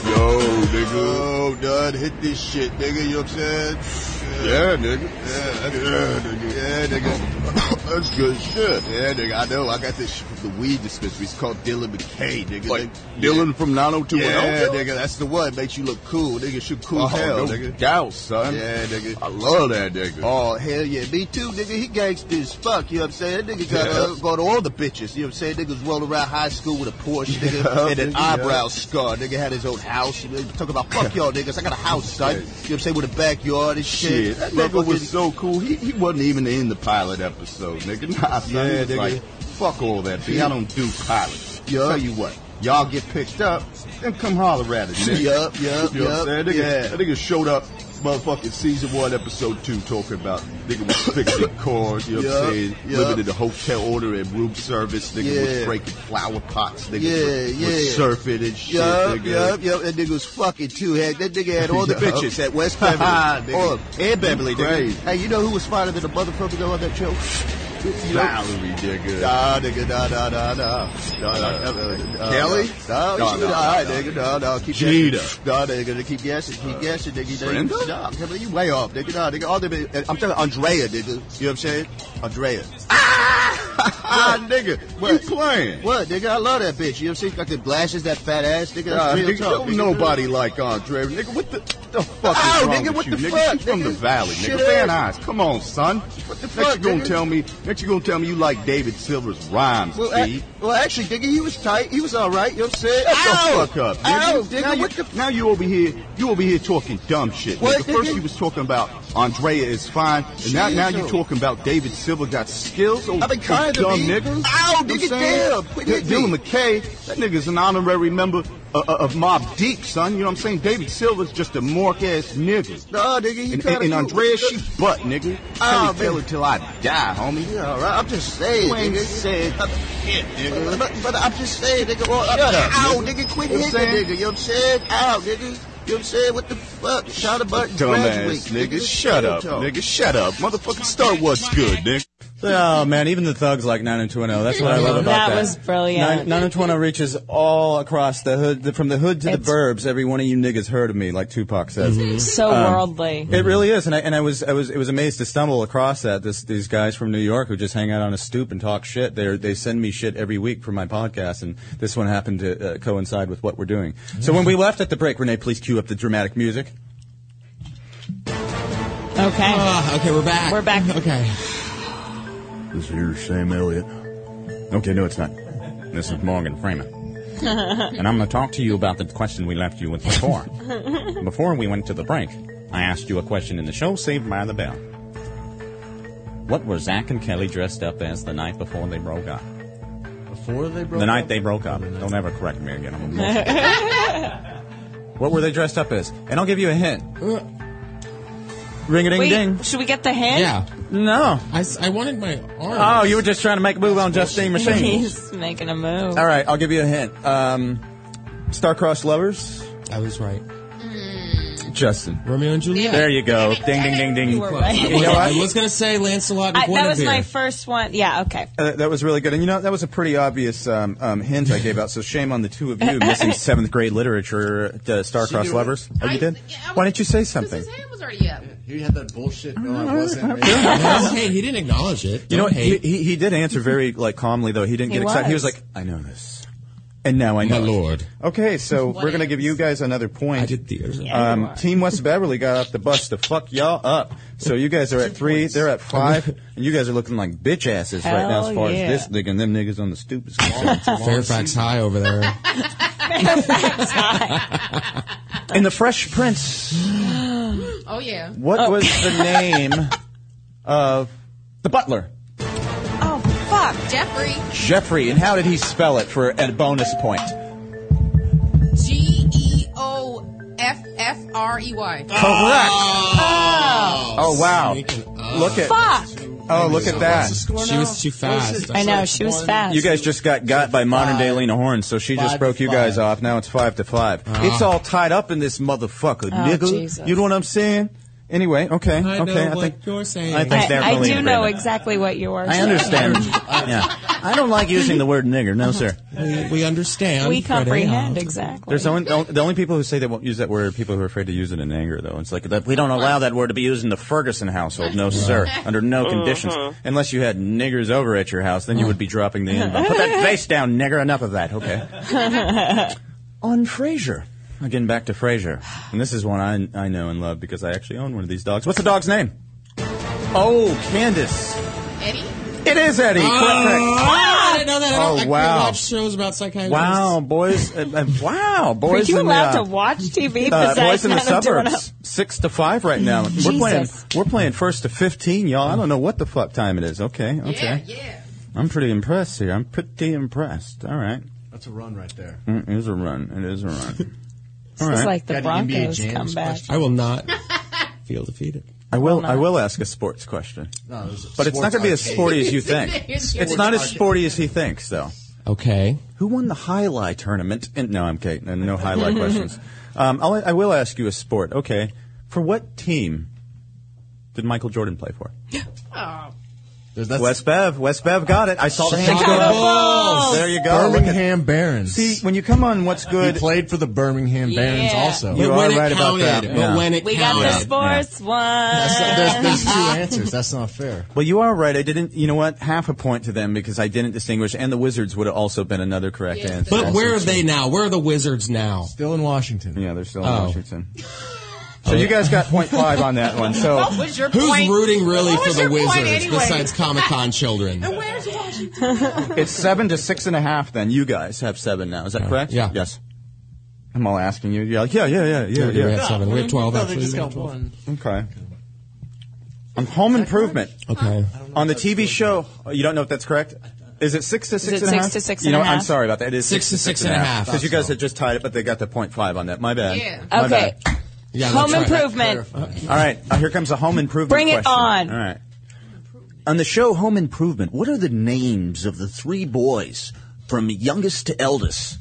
Yo, nigga. Yo, Dud, hit this shit, nigga. You know what I'm saying? Yeah, nigga. Yeah, nigga. Yeah, nigga. [coughs] That's good shit. Yeah, nigga, I know. I got this shit from the weed dispensary. It's called Dylan McKay, nigga. Like, Dylan from 90210? Yeah, nigga, that's the one. Makes you look cool, nigga. Shoot cool Oh, Uh-huh. hell, no nigga. doubt, son. Yeah, nigga. I love that nigga. Oh, hell yeah. Me too, nigga. He gangsta as fuck, you know what I'm saying? Nigga got, Yeah. uh, got all the bitches, you know what I'm saying? Niggas rolled around high school with a Porsche, [laughs] nigga, Yeah, and an nigga, eyebrow yeah. scar. Nigga had his own house. You know, talking about, fuck y'all niggas. I got a house, son. You know what I'm saying? With a backyard and shit. Shit, that nigga was so cool. He, he wasn't even in the pilot episode, [laughs] nigga. Nah, son, he yeah, was nigga. like, fuck all that, B. I don't do pilots. Yeah. Tell you what, y'all get picked up, then come holler at us, nigga. Yup, Yup, [laughs] yup, You know what I'm saying? Nigga, yeah. That nigga showed up, motherfucking season one, episode two, talking about nigga was [coughs] fixing cars, you know what I'm Yup, saying? yup. Living in a hotel order and room service, nigga was Yeah. breaking flower pots, nigga was, yeah, was yeah. surfing and shit, Yup, nigga. yup, yup. That nigga was fucking too. Had, that nigga had all the [laughs] Yup. bitches at West [laughs] Beverly. Nigga. [laughs] all, and Beverly, He's nigga. crazy. Hey, you know who was smarter than a motherfucker though on that show? You know- Valerie, nigga. Nah, nigga, nah, nah, nah, nah. Nah, nah, Uh, uh, uh, Kelly? Nah, Nah, she- nah, nah, all right, nah, nigga, nah, nah, keep Gina. guessing. Nah, nigga, keep guessing, keep guessing, nigga. nigga. Uh, Brenda? Nah, come on, you way off, nigga, nah, nigga. All the, I'm talking Andrea, nigga. You know what I'm saying? Andrea. [laughs] Ah, nigga, what? you playing? What, nigga? I love that bitch. You know what I'm saying? She Got the glasses, that fat ass, nigga. Nah, That's real Uh, nigga, talk, don't nigga. nobody like Andre. Nigga, what the, the fuck Ow, is wrong nigga, with what you, the nigga? fuck, you from the nigga? valley, Shit nigga. Van ass. Nuys, come on, son. What the fuck, Next you gonna nigga? tell me? Next you gonna tell me you like David Silver's rhymes, Well, B. ac- well, actually, nigga, he was tight. He was all right. You know what I'm saying? Shut Ow! the fuck up, nigga. Ow, nigga, now, you, Oh. what the now you over here, you over here talking dumb shit. What, nigga. First nigga? you was talking about Andrea is fine, and now, now you Jesus. talking about David Silver got skills. Oh, I've been kind of dumb be- niggas. Ow, You know nigga, what I'm saying? damn, quit D- hitting Dylan me. McKay, that nigga's an honorary member uh, uh, of Mob Deep, son. You know what I'm saying? David Silver's just a mork ass nigga. Nah, nigga, he And, kinda and, and cool. Andrea, she butt, nigga. Oh, Tell me Taylor man. till I die, homie. Yeah, all right. I'm just saying, You ain't nigga. said shit, nigga. But, but I'm just saying, nigga. Well, Shut I'm- up, Ow, nigga. nigga, quit You know hitting, what I'm saying? nigga. You know what I'm saying? Ow, nigga. You know what I'm saying? What the fuck? Shout about graduate, Dumbass nigga, shut Real up, talk. nigga, shut up. Motherfucking Star What's Good, nigga. Oh man, even the thugs like 90210. oh, That's what I love about [laughs] that. That was brilliant. 9- 90210 reaches all across the hood, the, from the hood to It's- Mm-hmm. the burbs. Every one of you niggas heard of me, like Tupac says. So Um, worldly. It really is, and I and I was I was it was amazed to stumble across that. This these guys from New York who just hang out on a stoop and talk shit. They they send me shit every week for my podcast, and this one happened to uh, coincide with what we're doing. So when we left at the break, Renee, please cue up the dramatic music. Okay. Ah, okay, we're back. We're back. [laughs] Okay. This here's Sam Elliott. Okay, no, it's not. This is Morgan Freeman, [laughs] and I'm going to talk to you about the question we left you with before. Before we went to the break, I asked you a question in the show Saved by the Bell. What were Zach and Kelly dressed up as the night before they broke up? Before they broke the night up? they broke up. Don't ever correct me again. I'm emotional. [laughs] what were they dressed up as? And I'll give you a hint. Ring a ding Wait, ding. should we get the hint? No. I, s- I wanted my arm. Oh, you were just trying to make a move on Justine Machine. He's making a move. All right, I'll give you a hint. Um, Star-crossed lovers. I was right. Justin. Romeo and Juliet. There you go. Ding, ding, ding, ding. You were right. You know I what? was gonna say Lancelot and I, that was Guinevere. my first one. Yeah, okay. Uh, that was really good. And you know, that was a pretty obvious um, um, hint I gave out, so shame on the two of you [laughs] missing seventh grade literature, uh, She Star-crossed knew it. lovers. Oh, you did? Why didn't you say something? It was already up. You had that bullshit. No, I wasn't. hey, he didn't acknowledge it. You know Don't what? He, hate. he, he did answer very like calmly though. He didn't He get excited. He was was. like, "I know this," and now I know. My it." lord. Okay, so we're gonna give you guys another point. I did theater. Yeah, you um, Team West Beverly got off the bus to fuck y'all up. So you guys are at three. They're at five, and you guys are looking like bitch asses right now as Hell far yeah. [laughs] as this nigga and them niggas on the stoop is concerned. Fairfax High over there. In the Fresh Prince, oh yeah. what was the [laughs] name of the butler? Oh, Fuck, Jeffrey. Jeffrey, and how did he spell it for a bonus point? G E O F F R E Y. Correct. Oh wow! Look at Fuck. oh look at that. She was too fast. I know she was fast. You guys just got got by modern day Lena Horne, so she Five just broke to you guys off. Now it's five to five. Ah. It's all tied up in this motherfucker, Oh, nigga. Jesus. You know what I'm saying? Anyway, okay, I okay. know I what think you're saying. I think [laughs] they're I, really do in know agreement. exactly what you are. I saying. understand. yeah, I don't like using the word nigger. No, sir. We, we understand. We comprehend Freddie. exactly. There's only, the only people who say they won't use that word are people who are afraid to use it in anger, though. It's like that, we don't allow that word to be used in the Ferguson household, no sir, under no conditions. Mhm. Unless you had niggers over at your house, then you would be dropping the N bomb. Put that face down, nigger. Enough of that. Okay. On Frasier. Again, back to Frasier, and this is one I, I know and love because I actually own one of these dogs. What's the dog's name? Oh, Candace. Eddie? It is Eddie. Correct. Oh. Ah, I didn't know that. I Oh, don't, I can't wow. watch shows about psychiatrists. Wow, boys! uh, uh, wow, boys! Are you in the, allowed to uh, watch TV? uh, besides boys in the not doing suburbs, six to five right now. We're playing. Jesus. We're playing first to fifteen, y'all. I don't know what the fuck time it is. Okay, okay. Yeah, yeah. I'm pretty impressed here. I'm pretty impressed. All right, That's a run right there. Mm, it is a run. [laughs] It is a run. This is like the Got an NBA Broncos James comeback. question. I will [laughs] not feel defeated. I will. I will ask a sports question. No, it was a but it's sports not going to be as arcade. sporty as you think. Sports it's not as arcade. sporty as he thinks, though. Okay. Who won the highlight tournament? And, no, I'm kidding. No, [laughs] no highlight questions. Um, I'll, I will ask you a sport. Okay, for what team did Michael Jordan play [gasps] for? Oh. West Bev. West Bev got it. I saw the things go Chicago up. Bulls. There you go. Look at- Birmingham Barons. See, when you come on What's Good. He played for the Birmingham Barons also. You are right about that. Yeah. we got the sports one. There's, there's [laughs] two answers. That's not fair. Well, you are right. I didn't. You know what? Half a point to them because I didn't distinguish, and the Wizards would have also been another correct answer. But where are they now? Where are the Wizards now? Still in Washington. Yeah, they're still in Oh. Washington. So you guys got point five on that one. So What was your Who's point? rooting really What for was the your point Wizards anyway? besides Comic Con [laughs] children? And where's Washington? [laughs] it's seven to six and a half. Then you guys have seven now. Is that correct? Yeah. Yes. I'm all asking you. You're like, yeah, yeah, yeah, yeah, Yeah, yeah. we have seven. We have twelve No, they actually. just We have got 12. one. Okay. On Home Improvement. Okay. On the TV show, oh, you don't know if that's correct. Is it six to Is six it and a half? six to six You and know, a what? I'm half? sorry about that. It is Six to six and a half. because you guys had just tied it, but they got the point five on that. My bad. Yeah. My Okay. bad. Yeah, Home improvement. All right, uh, here comes a home improvement. Bring it question. on. All right. On the show Home Improvement, what are the names of the three boys from youngest to eldest?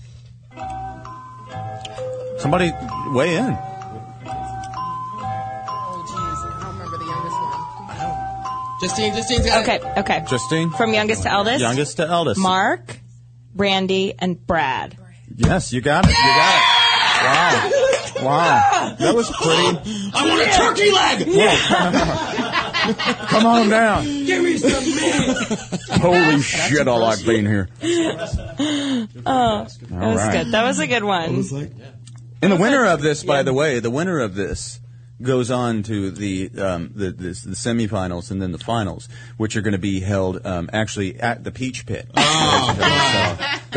Somebody weigh in. oh, jeez. I don't remember the youngest one. Justine, Justine's got Okay, okay. Justine? From youngest to eldest. Youngest to eldest. Mark, Brandy, and Brad. Yes, you got it. You got it. Wow. Wow. That was pretty. it. I want a turkey leg. Come on down. Give me some meat. Holy shit, I like being here. Oh, that All was right. good. That was a good one. And the winner of this, by the way, the winner of this goes on to the um, the, the, the semifinals and then the finals, which are going to be held um, actually at the Peach Pit. So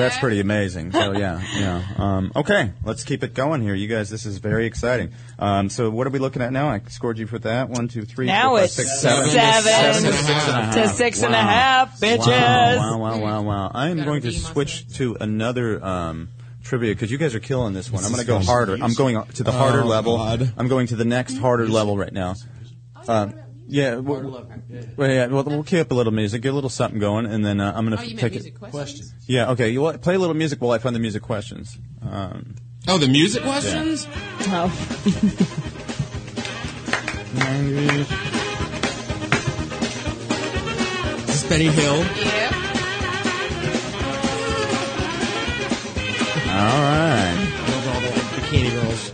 that's pretty amazing. So yeah, yeah. Um, okay, let's keep it going here, you guys. This is very exciting. Um, so what are we looking at now? I scored you for that one, two, three, Now four, five, it's six, seven seven to to six and a half. to six and a Wow. half, bitches. Wow, wow, wow, wow, wow. I am going to switch to another um, trivia because you guys are killing this one. I'm going to go is harder. I'm going to the harder Oh, level. God. I'm going to the next harder level right now. Um, yeah, well, well, yeah, well, we'll keep up a little music, get a little something going, and then uh, I'm going Oh, to you meant take music it. questions? Yeah, okay. You wa- play a little music while I find the music questions. Um, Oh, the music questions. Oh. Is this Benny Hill? Yeah. all right. Bikini girls.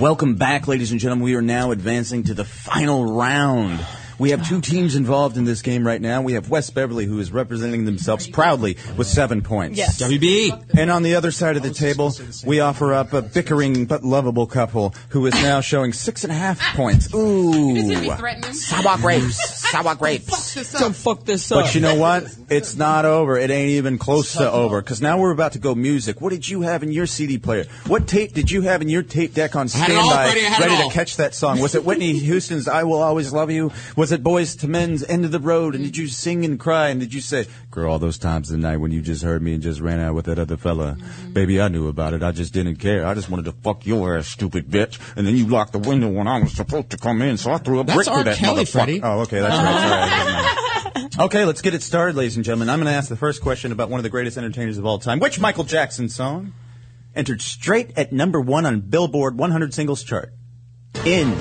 Welcome back, ladies and gentlemen. We are now advancing to the final round We have two teams involved in this game right now. We have West Beverly, who is representing themselves proudly with seven points. Yes. WB. And on the other side of the table, we offer up a bickering but lovable couple who is now showing six and a half points. Ooh. Sour grapes. [laughs] Sour grapes. Don't fuck this But you know what? It's not over. It ain't even close to over. Because now we're about to go music. What did you have in your CD player? What tape did you have in your tape deck on Had it all, standby, Freddie, I had it ready all. to catch that song? Was it Whitney [laughs] Houston's "I Will Always Love You"? Was it Boys to Men's "End of the Road"? And did you sing and cry? And did you say, "Girl, all those times of the night when you just heard me and just ran out with that other fella, baby, I knew about it. I just didn't care. I just wanted to fuck your ass, stupid bitch." And then you locked the window when I was supposed to come in, so I threw a That's brick R. through that Kelly, motherfucker. Freddie. Oh, okay, that's [laughs] right. Sorry. [laughs] Okay, let's get it started, ladies and gentlemen. I'm going to ask the first question about one of the greatest entertainers of all time. Which Michael Jackson song entered straight at number one on Billboard 100 singles chart in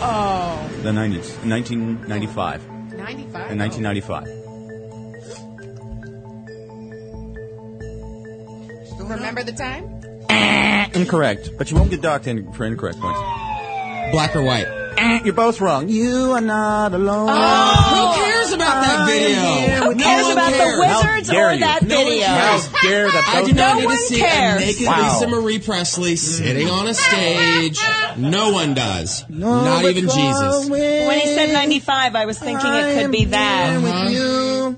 Oh. the 90s, 1995? 95? In 1995. Remember the time? Eh, Incorrect, but you won't get docked in for incorrect points. Black or white? Eh, You're both wrong. You are not alone. Oh! Who cares about that video? Oh, Who cares about the wizards dare or you. that No one video? cares. How dare the I both do not of need you. to see cares. a naked Wow. Lisa Marie Presley sitting on a stage. No one does. not we're even Jesus. When he said 95, I was thinking it could be that. Uh-huh. you.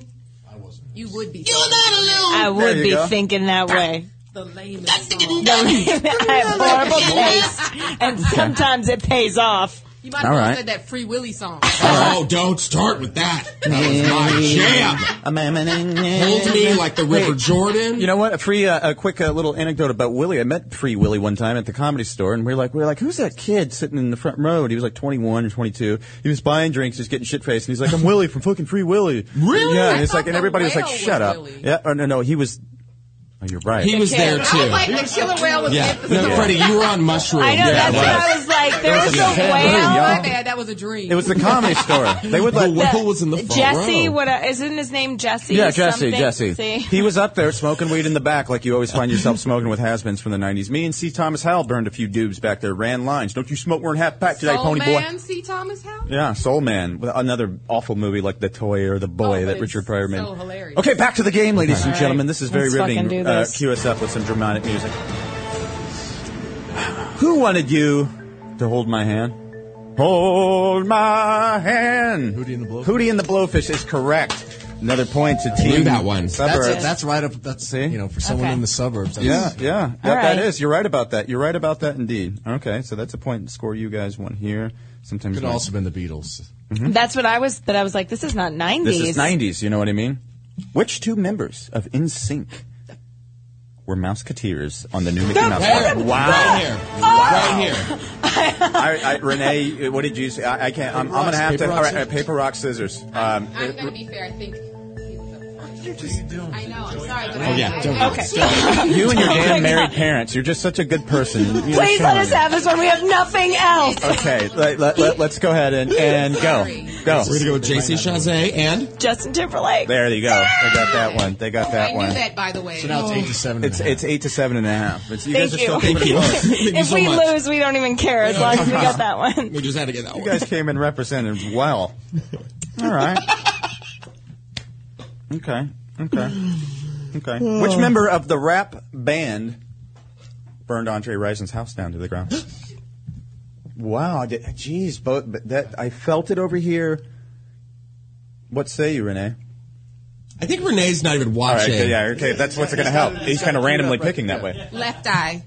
You would be. You're not alone. I would you be go. thinking that way. The lamest. I have horrible taste, and Okay. sometimes it pays off. You might All have well right. said that Free Willy song. Oh, don't start with that. That was my jam. Hold me like the River Jordan. You know what? A free, uh, a quick uh, little anecdote about Willie. I met Free Willie one time at the comedy store, and we were like, we were like, who's that kid sitting in the front row? And he was like 21 or 22. He was buying drinks, just getting shit faced, and he's like, I'm Willie from fucking Free Willie. Really? Yeah. I And it's thought like, and the everybody was like, whale was shut up. Yeah. Or no, no, he was. Oh, you're right. He was The kid. there, I was too. like, the killer whale was Yeah. No, Freddie, you were on mushrooms. I know, yeah, that's what I was like, there was a Oh, whale. my bad. That was a dream. It was the comedy store. They would let The whale was in the front Jesse, row. what a, isn't his name Jesse? Yeah, Jesse, something? Jesse. See? [laughs] He was up there smoking weed in the back, like you always find yourself smoking with has-beens from the '90s. Me and C. Thomas Howell burned a few dubs back there, ran lines. Don't you smoke? We're in half pack today, Soul Pony Man, Boy. C. Thomas Howe? Yeah, Soul Man, with another awful movie like The Toy or The Boy that Richard Pryor made. Oh, so hilarious. Okay, back to the game, ladies and All gentlemen. right, This is very let's riveting. fucking do Uh, this. cue us up with some dramatic music. Who wanted you to hold my hand? Hold my hand. Hootie and the Blowfish. Hootie and the Blowfish is correct. Another point to team. That's, Suburbs. that's right up. That's you know for someone Okay. in the suburbs. That's, Yeah, yeah, All Yep, that right. is. You're right about that. You're right about that indeed. Okay, so that's a point score you guys won here. Sometimes Could you- also been the Beatles. Mhm. That's what I was. But I was like, this is not 90s. This is 90s. You know what I mean? Which two members of InSync were Mouseketeers on the new Mickey The- Mouse? Right Club? here. Wow. Right here. Wow. Right here. I, I, Renee, what did you say? I, I can't. I'm, I'm gonna Paper, have rock, to. All right, scissors. uh, paper rock scissors. Um, I'm it- going to be fair. I think he was up front. You're just doing I know. I'm sorry. But Oh, I, yeah, I, don't- I, Okay. you and your Oh my damn married God. parents. You're just such a good person. You know, Please let Sean. us have this when we have nothing else. Okay, let, let, let, us go ahead and, and go. Go. We're going to go with JC Chazé and. Justin Timberlake. There you go. They got that one. They got that one. by the way. seven. It's it's eight to seven and a half. It's, you Oh. Thank guys you. [laughs] are still keeping it close. if we lose, we don't even care as long as we got that one. We just had to get that You guys came and represented well. All right. Okay. Okay. Okay. Which member of the rap band burned Andre Rison's house down to the ground? wow. I did- Jeez, both but that I felt it over here. What say you, Renee? I think Renee's not even watching. okay, yeah, okay. That's what's going to help. He's kind of randomly picking that way. Left eye.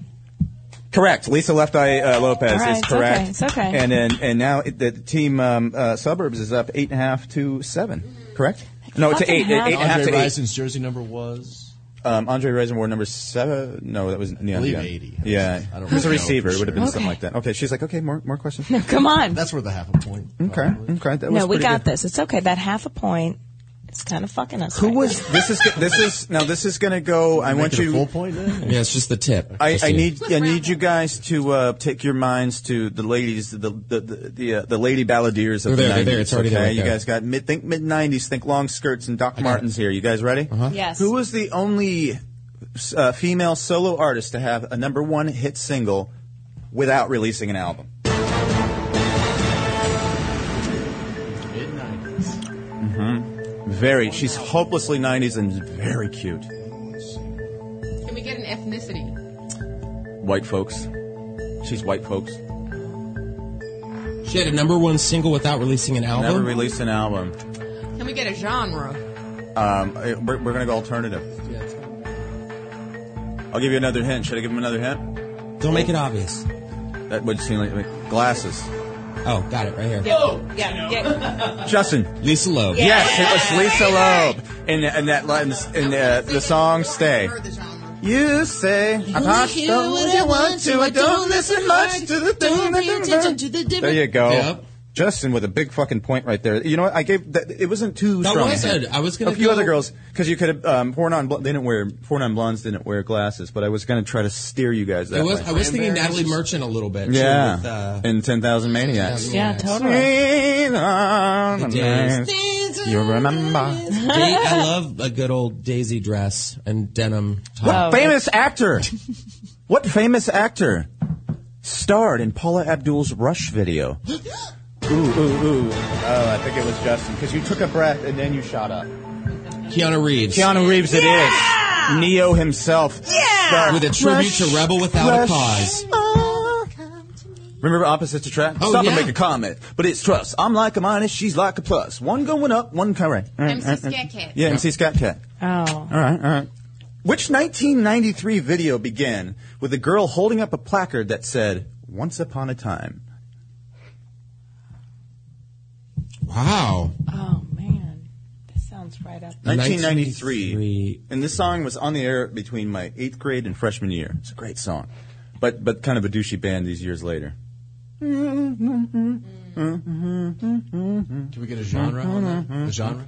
Correct. Lisa Left Eye uh, Lopez All right, is it's correct. okay, it's okay. And then and now it, the team um, uh, suburbs is up eight and a half to seven. Correct? No, it's Fucking eight. Eight hell. and a half Andre to eight. Rison's jersey number was. Um, Andre Rison wore number seven. No, that was yeah, believe yeah. 80. Yeah, I don't he was a really know receiver. for It would have been sure. something like that. Okay, she's like, okay, more more questions. Come on. That's worth a half a point. Okay, okay, that was No, we pretty got good. this. It's okay. That half a point is kind of fucking us. Who was this? Is this is now this is gonna go. I Make want it a you full point. [laughs] Yeah, it's just the tip. I, Just I the- need I need you guys to uh, take your minds to the ladies, the the the the, uh, the lady balladeers of They're there, they're the 90s. there, it's already okay? there, right you there. guys got mid think mid nineties, think long skirts and Doc Martens here. You guys ready? Uh-huh. Yes. Who was the only uh, female solo artist to have a number one hit single without releasing an album? Mm-hmm. very. She's hopelessly '90s and very cute. Can we get an ethnicity? White folks. She's white folks. She had a number one single without releasing an album. Never released an album. Can we get a genre? Um, I- we're we're gonna go alternative. I'll give you another hint. Should I give him another hint? Don't make it obvious. That would seem like glasses. Oh, got it right here. yeah, yeah. Justin. Lisa Loeb. Yeah. Yes, it was Lisa Loeb. And, and that line, and uh, the song Stay. You say, I'm hot, don't really want to, I don't listen much to the thing that There you go. Yep. Justin with a big fucking point right there. You know what? I gave that, it wasn't too That strong. a was hint. it. I was gonna a few go- other girls because you could have um, four non they didn't wear four non blondes didn't wear glasses, but I was gonna try to steer you guys that It was, way. I was thinking Natalie Merchant a little bit. too, Yeah, with, uh, and ten thousand maniacs. Yeah, totally. You remember? Dai- I love a good old Daisy dress and denim top. What famous actor? what famous actor starred in Paula Abdul's Rush video? [gasps] ooh, ooh, ooh. Oh, I think it was Justin because you took a breath and then you shot up. Keanu Reeves. Keanu Reeves, it is. Neo himself. Ah. Yeah. With a tribute to Rebel Without a Cause. Remember opposites attract? Oh, Stop yeah. and make a comment. But it's trust. I'm like a minus, she's like a plus. One going up, one coming. MC Scat Cat. Yeah, MC Scat Cat. Oh. All right, all right. Which 1993 video began with a girl holding up a placard that said, Once Upon a Time? Wow. Oh man, that sounds right up. 1993. And this song was on the air between my eighth grade and freshman year. It's a great song. But, but kind of a douchey band these years later. Can we get a genre on that? A genre?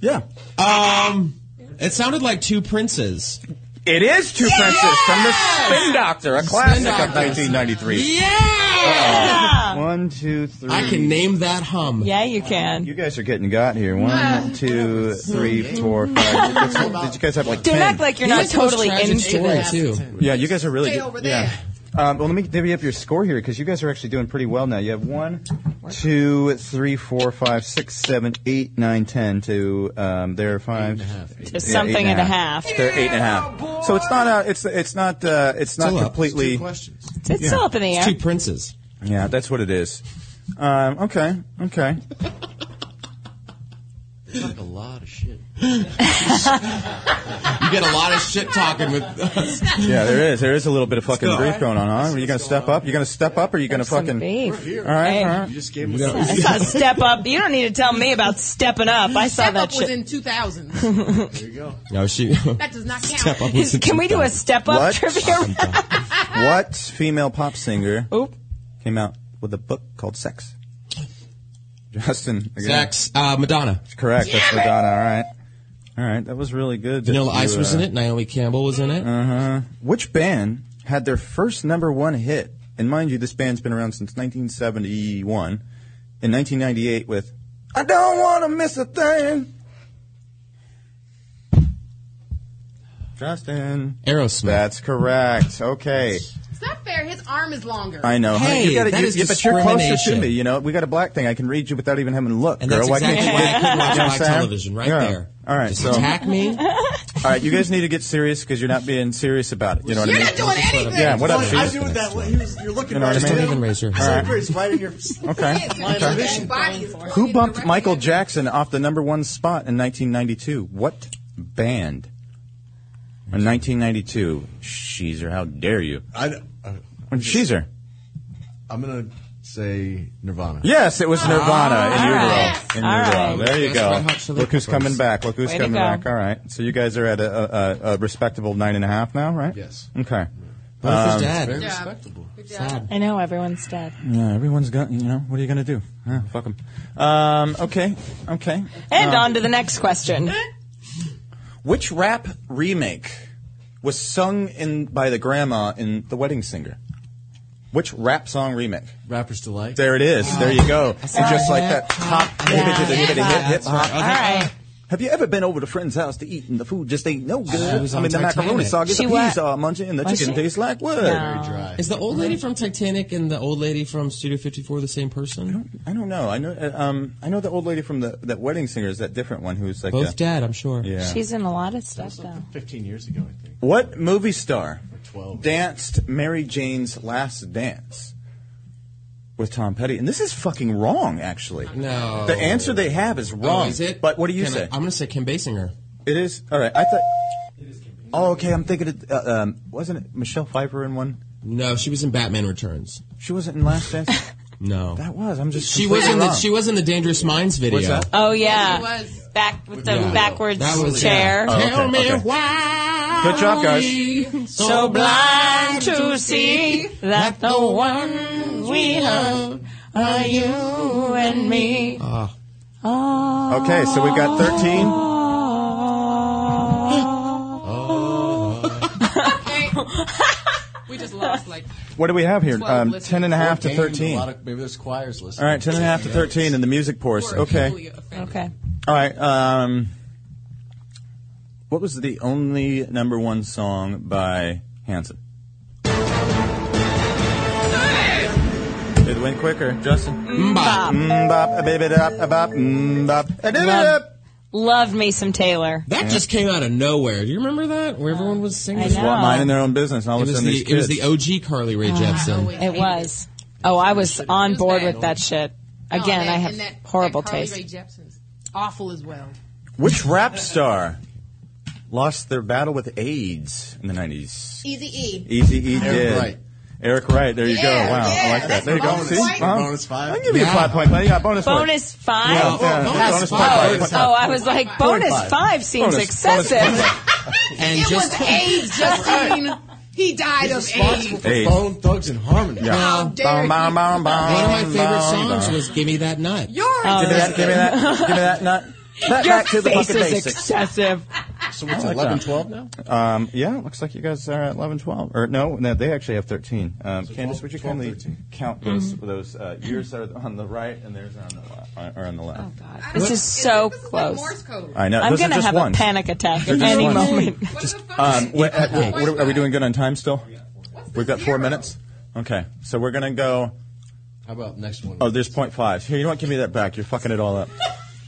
Yeah. Um, it sounded like Two Princes. It is Two Princes from the Spin Doctor, a classic of Doctors. 1993. Yeah. One, two, three. I can name that hum. Yeah, you can. [laughs] You guys are getting got here. Ah. One, two, three, four, five. six. Did you guys have like Don't ten? act like you're not totally into this. Yeah, you guys are really Stay good. over Yeah. Um, well, let me divvy up your score here because you guys are actually doing pretty well now. You have one, two, three, four, five, six, seven, eight, nine, ten to um, their five. Yeah, To something eight and a half. They're eight and a half. So it's not uh, it's it's not uh, it's not Still up. completely. It's still up in the air. Two Princes. Yeah, that's what it is. Um, okay, okay. Like a lot [laughs] of shit. You get a lot of shit talking with us. Yeah, there is. There is a little bit of fucking go. grief going on, huh? Are you going to step up? You going to step up or are you going to fucking. beef. We're All right, all right. You just gave me You I saw step up. You don't need to tell me about stepping up. I saw Step that Up was shit. in 2000. [laughs] There you go. No, she. [laughs] That does not count. Step up with Can we do a step up What? trivia? [laughs] What female pop singer Oop. came out with a book [laughs] called Sex? Justin. again. Zach's uh, Madonna. That's correct. That's Madonna. All right. All right. That was really good. that Vanilla you, Ice was in uh, it. Naomi Campbell was in it. Uh-huh. Which band had their first number one hit? And mind you, this band's been around since 1971. In 1998 with I Don't Want to Miss a Thing. Justin. Aerosmith. That's [laughs] correct. Okay. It's not fair. His arm is longer. I know. huh? Hey, you gotta, that you, is yeah, but you're closer to discrimination. me. You know, we got a black thing. I can read you without even having to look, And girl. that's why exactly can't why you? I couldn't watch You know live what I'm saying? television right Yeah. there. All right. Just So, all attack [laughs] me. right. You guys need to get serious because you're not being serious about it. You know what I You're mean? not doing anything. Yeah. What up, Funny, I Chief? do it that way. He was, you're looking You know right what I at mean? him. Raise your I saw Alright. your face right in your line Okay. of okay. vision. Body is Who in bumped direct Michael connection. Jackson off the number one spot in 1992? What band? In 1992, Sheezer, how dare you? I, don't- uh, Sheezer. I'm gonna say Nirvana. Yes, it was Nirvana in utero. In Oh, Ah. All utero. right. There you That's go. Red Hot Chili Look who's Peppers. coming back. Look who's Way to coming go. back. All right. So you guys are at a, a, a respectable nine and a half now, right? Yes. Okay. Both his Um, dad. Very Yeah. respectable. Good job. Sad. I know everyone's dead. Yeah, everyone's got, you know, what are you going to do? Huh, fuck 'em. Um, okay. Okay. Um, And on to the next [laughs] question. Which rap remake was sung in by the grandma in The Wedding Singer? Which rap song remake? Rappers delight. Oh. There it is. There you go. And just like that, hop, hip, hip, hip, hip, hip, hip, hop. All right. Have you ever been over to a friend's house to eat and the food just ain't no good? She was I on mean, the macaroni Titanic. soggy, She the wa- peas are munching, and the Was chicken she? tastes like wood. Is the old lady from Titanic and the old lady from Studio 54 the same person? I don't, I don't know. I know. uh, Um, I know the old lady from the that wedding singer is that different one who's like Both a- dead, I'm sure. Yeah. She's in a lot of stuff though. 15 years ago, I think. What movie star 12. danced Mary Jane's Last Dance with Tom Petty? And this is fucking wrong, actually. No. The answer they have is wrong. Oh, is it? But what do you Can I- say? I'm going to say Kim Basinger. It is all right. I thought. Oh, okay. I'm thinking. It, uh, um, wasn't it Michelle Pfeiffer in one? No, she was in Batman Returns. She wasn't in Last Dance. No. that was. I'm just. She was in completely the wrong. she was in the Dangerous Minds video. What's that? Oh yeah, It was. back with the Yeah. backwards That was chair. Yeah. Oh, okay, okay. why. Good [laughs] job, guys. So blind to see that the ones we love are you and me. Okay, so we've got 13. We just lost like What do we have here? Um, 10 and a half to Fourteen, a 13. lot All of- maybe there's choirs listening. right, 10 and a half to 13 and the music pours. Okay. Okay. All right. Um, what was the only number one song by Hanson? It went quicker. Justin. Bop. Mbop, a baby bop, a bop, mbop, a dip, a dip. Love me some Taylor. That just came out of nowhere. Do you remember that? Where everyone was singing. I Just know. want Minding their own business. And all It of a was, sudden, the, these it was kids- the OG Carly Ah, Rae Jepsen. It was. Oh, I was on board with that shit. Again, I have horrible taste. Ray Jepsen's awful as well. Which rap star lost their battle with AIDS in the 90s? Easy E. Easy E Eric did. Wright. Eric Wright. There you Yeah, go. Wow, I yeah, like that. that's There you go. bonus See? point. Wow. Bonus five. I can give you a Yeah. five point. but Yeah, bonus, Bonus five? Yeah, yeah, Oh, yeah, bonus bonus point, five. bonus point. Oh, I was like, bonus Bonus five seems Bonus- excessive. bonus And it just was AIDS, Justine. he died He's of AIDS. responsible for AIDS. Bone Thugs and Harmony. Yeah. How dare Bum, you. bum, bum, bum, One of my favorite bum, songs bum. was "Give Me That Nut." You're Oh, give me that. Give me that. Give me that nut. Back, Your back to the face fucking is basics. excessive. So what's I it, like 11, that. 12 now? Um, yeah, looks like you guys are at 11, 12. Or no, no they actually have 13. Um, Candace, 12, would you 12, kindly 13. count those those uh, yours are on the right and theirs are on the left. Are on the left. Oh God. This is so close. I know. I'm those are going to just have a ones. panic attack They're at just any ones. moment. Just, um, what, uh, what are, are we doing good on time still? We've got four minutes. Okay, so we're gonna go. How about next one? Oh, there's point five. Here, you know what? Give me that back. You're fucking it all up.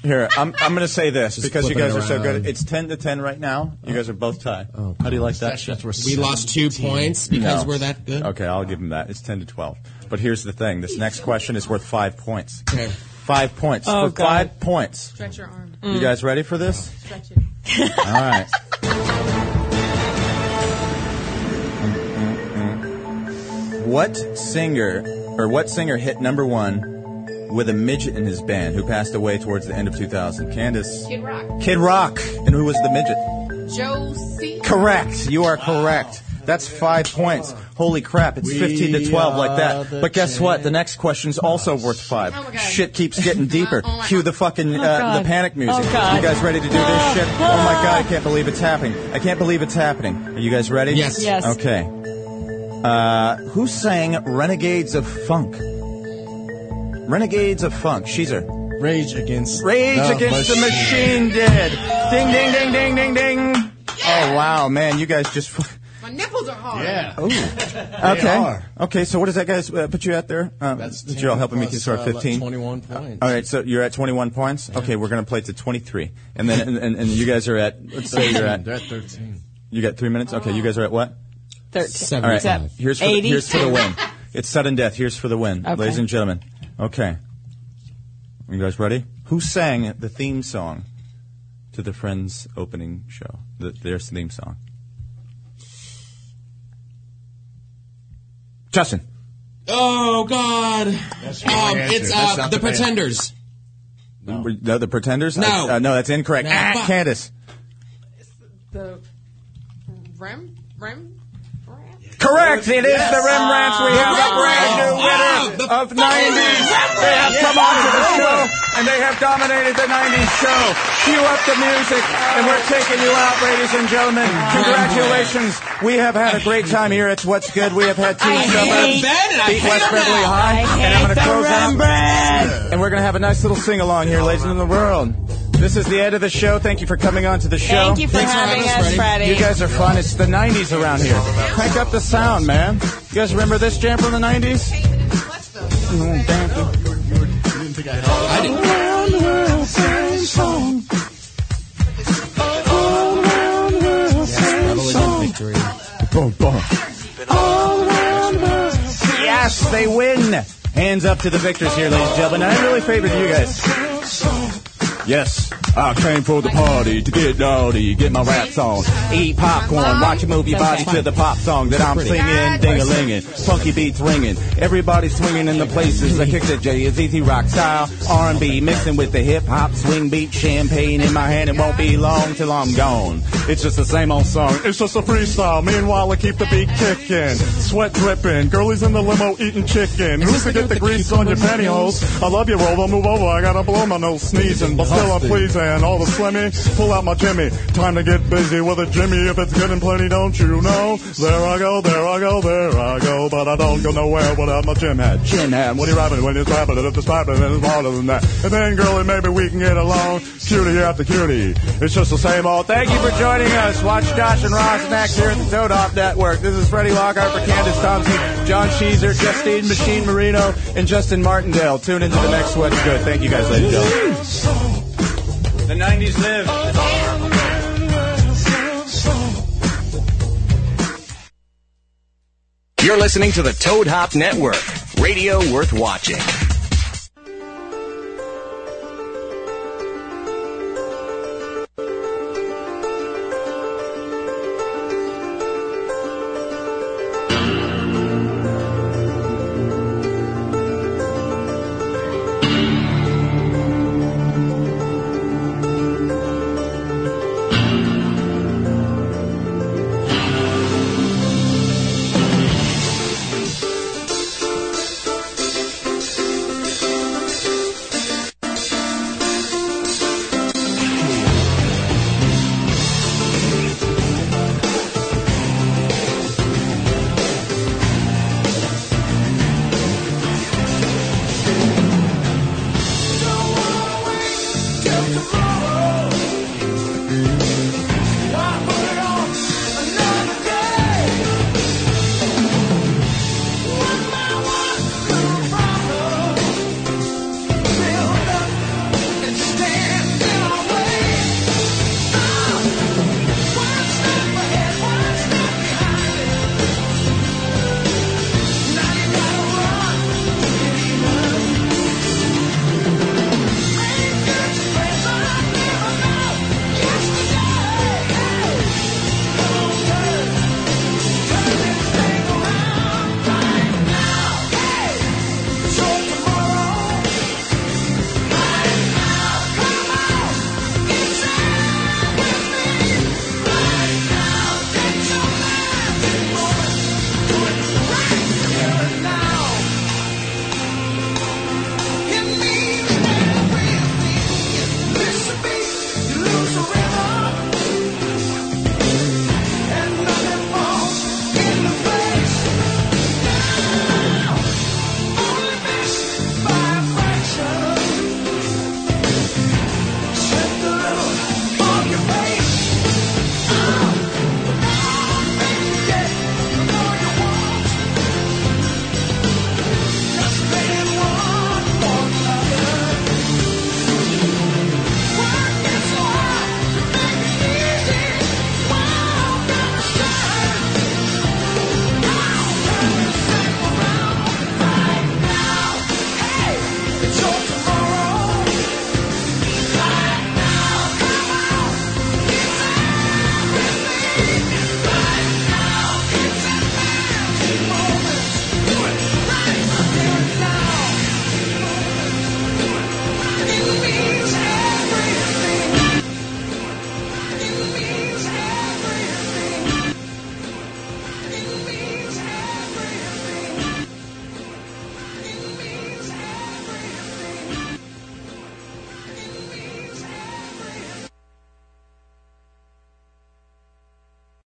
Here, I'm, I'm gonna say this because you flip it guys are so around. good. It's ten to ten right now. You guys are both tied. How do you like that? shit? Oh, We lost two points because we're that good. Okay, I'll give him that. It's 10 to 12. But here's the thing this next question is worth five points. Okay. Five points. Oh, for God. five points. Stretch your arm. You guys ready for this? Stretch it. All right. What singer or what singer hit number one with a midget in his band who passed away towards the end of 2000? Candace. Kid Rock. Kid Rock. And who was the midget? Josie. Correct. You are correct. That's five points. Holy crap! It's We fifteen to twelve, like are the that. But guess what? The next question's also worth five. Oh my God. Shit keeps getting deeper. Cue the fucking uh, God. the panic music. Oh God. You guys ready to do this shit? Oh my God! I can't believe it's happening. I can't believe it's happening. Are you guys ready? Yes. Yes. Okay. Uh, who sang "Renegades of Funk"? Renegades of Funk. She's her. Rage Against Rage the Against the Machine did. Ding, ding, ding, ding, ding, ding. Oh wow, man! You guys just. [laughs] fu- My nipples are hard. Yeah. Ooh. Okay. are. Okay. So what does that guys uh, put you at there? Um, did you all helping me? You start fifteen. Uh, 21 uh, points. All right. So you're at twenty-one points. Okay. We're gonna play to twenty-three, and then and, and, and you guys are at. Let's say you're at. They're at 13. You got three minutes. Okay. You guys are at what? 13. All right. Except Here's for the, 80. here's for the win. It's sudden death. Here's for the win, Okay. ladies and gentlemen. Okay. You guys ready? Who sang the theme song to the Friends opening show? The, their theme song. Justin. Oh God! um, answer. it's That's uh, not the, the band. Pretenders. No. the Pretenders? No. Uh, no, that's incorrect. No. Ah, Fuck. Candace. The rem rem. Correct. It is the Rembrandts. We have a brand new winner of 90s. They have come on to the show, and they have dominated the 90s show. Cue up the music, and we're taking you out, ladies and Oh, gentlemen. Congratulations. We have had a great time here. It's What's Good. We have had two I suburbs hate- Ben and I beat hate West him Beverly now. High, I and I'm hate going to the close out. Rembrandts. And we're going to have a nice little sing-along here, ladies and the world. This is the end of the show. Thank you for coming on to the show. Thank you for Thanks for having having us, us, Freddie. Freddie. You guys are fun. It's the 90s around here. Crank up the sound, man. You guys remember this jam from the 90s? Mm, damn. I didn't. Around the world, same song. All around the world, same song. Boom, boom. Yes, they win. Hands up to the victors here, ladies and gentlemen. I'm really favored you guys. Yes, I Uh, came for the party to get naughty, get my raps on. Eat popcorn, watch a movie, body to the pop song that I'm singing, ding a linging, funky beats ringing. Everybody swinging in the places. I kick the J is easy rock style, R&B mixing with the hip hop swing beat, champagne in my hand. It won't be long till I'm gone. It's just the same old song. It's just a freestyle. Meanwhile, I keep the beat kicking, sweat dripping. Girlies in the limo eating chicken. Who's to get the grease on your pantyhose? I love you, roll. Don't move over. I gotta blow my nose sneezing, but still I'm pleasing. All the slimmy, pull out my Jimmy. Time to get busy with a Jimmy. If it's good and plenty, don't you know? There I go, there I go, there I go. But I don't go nowhere without my Jim hat. Jim hat. What are you rapping when you're rapping? If it's rapping, then it's harder than that. And then, girlie, maybe we can get along. Cutie after cutie. It's just the same old. Thank you for joining us. Watch Josh and Ross next here at the Toad Hop Network. This is Freddie Lockhart for Candace Thompson, John Sheezer, Justine Machine Marino, and Justin Martindale. Tune into the next What's Good. Thank you guys, ladies and gentlemen. The 90s live. You're listening to the Toad Hop Network, radio worth watching.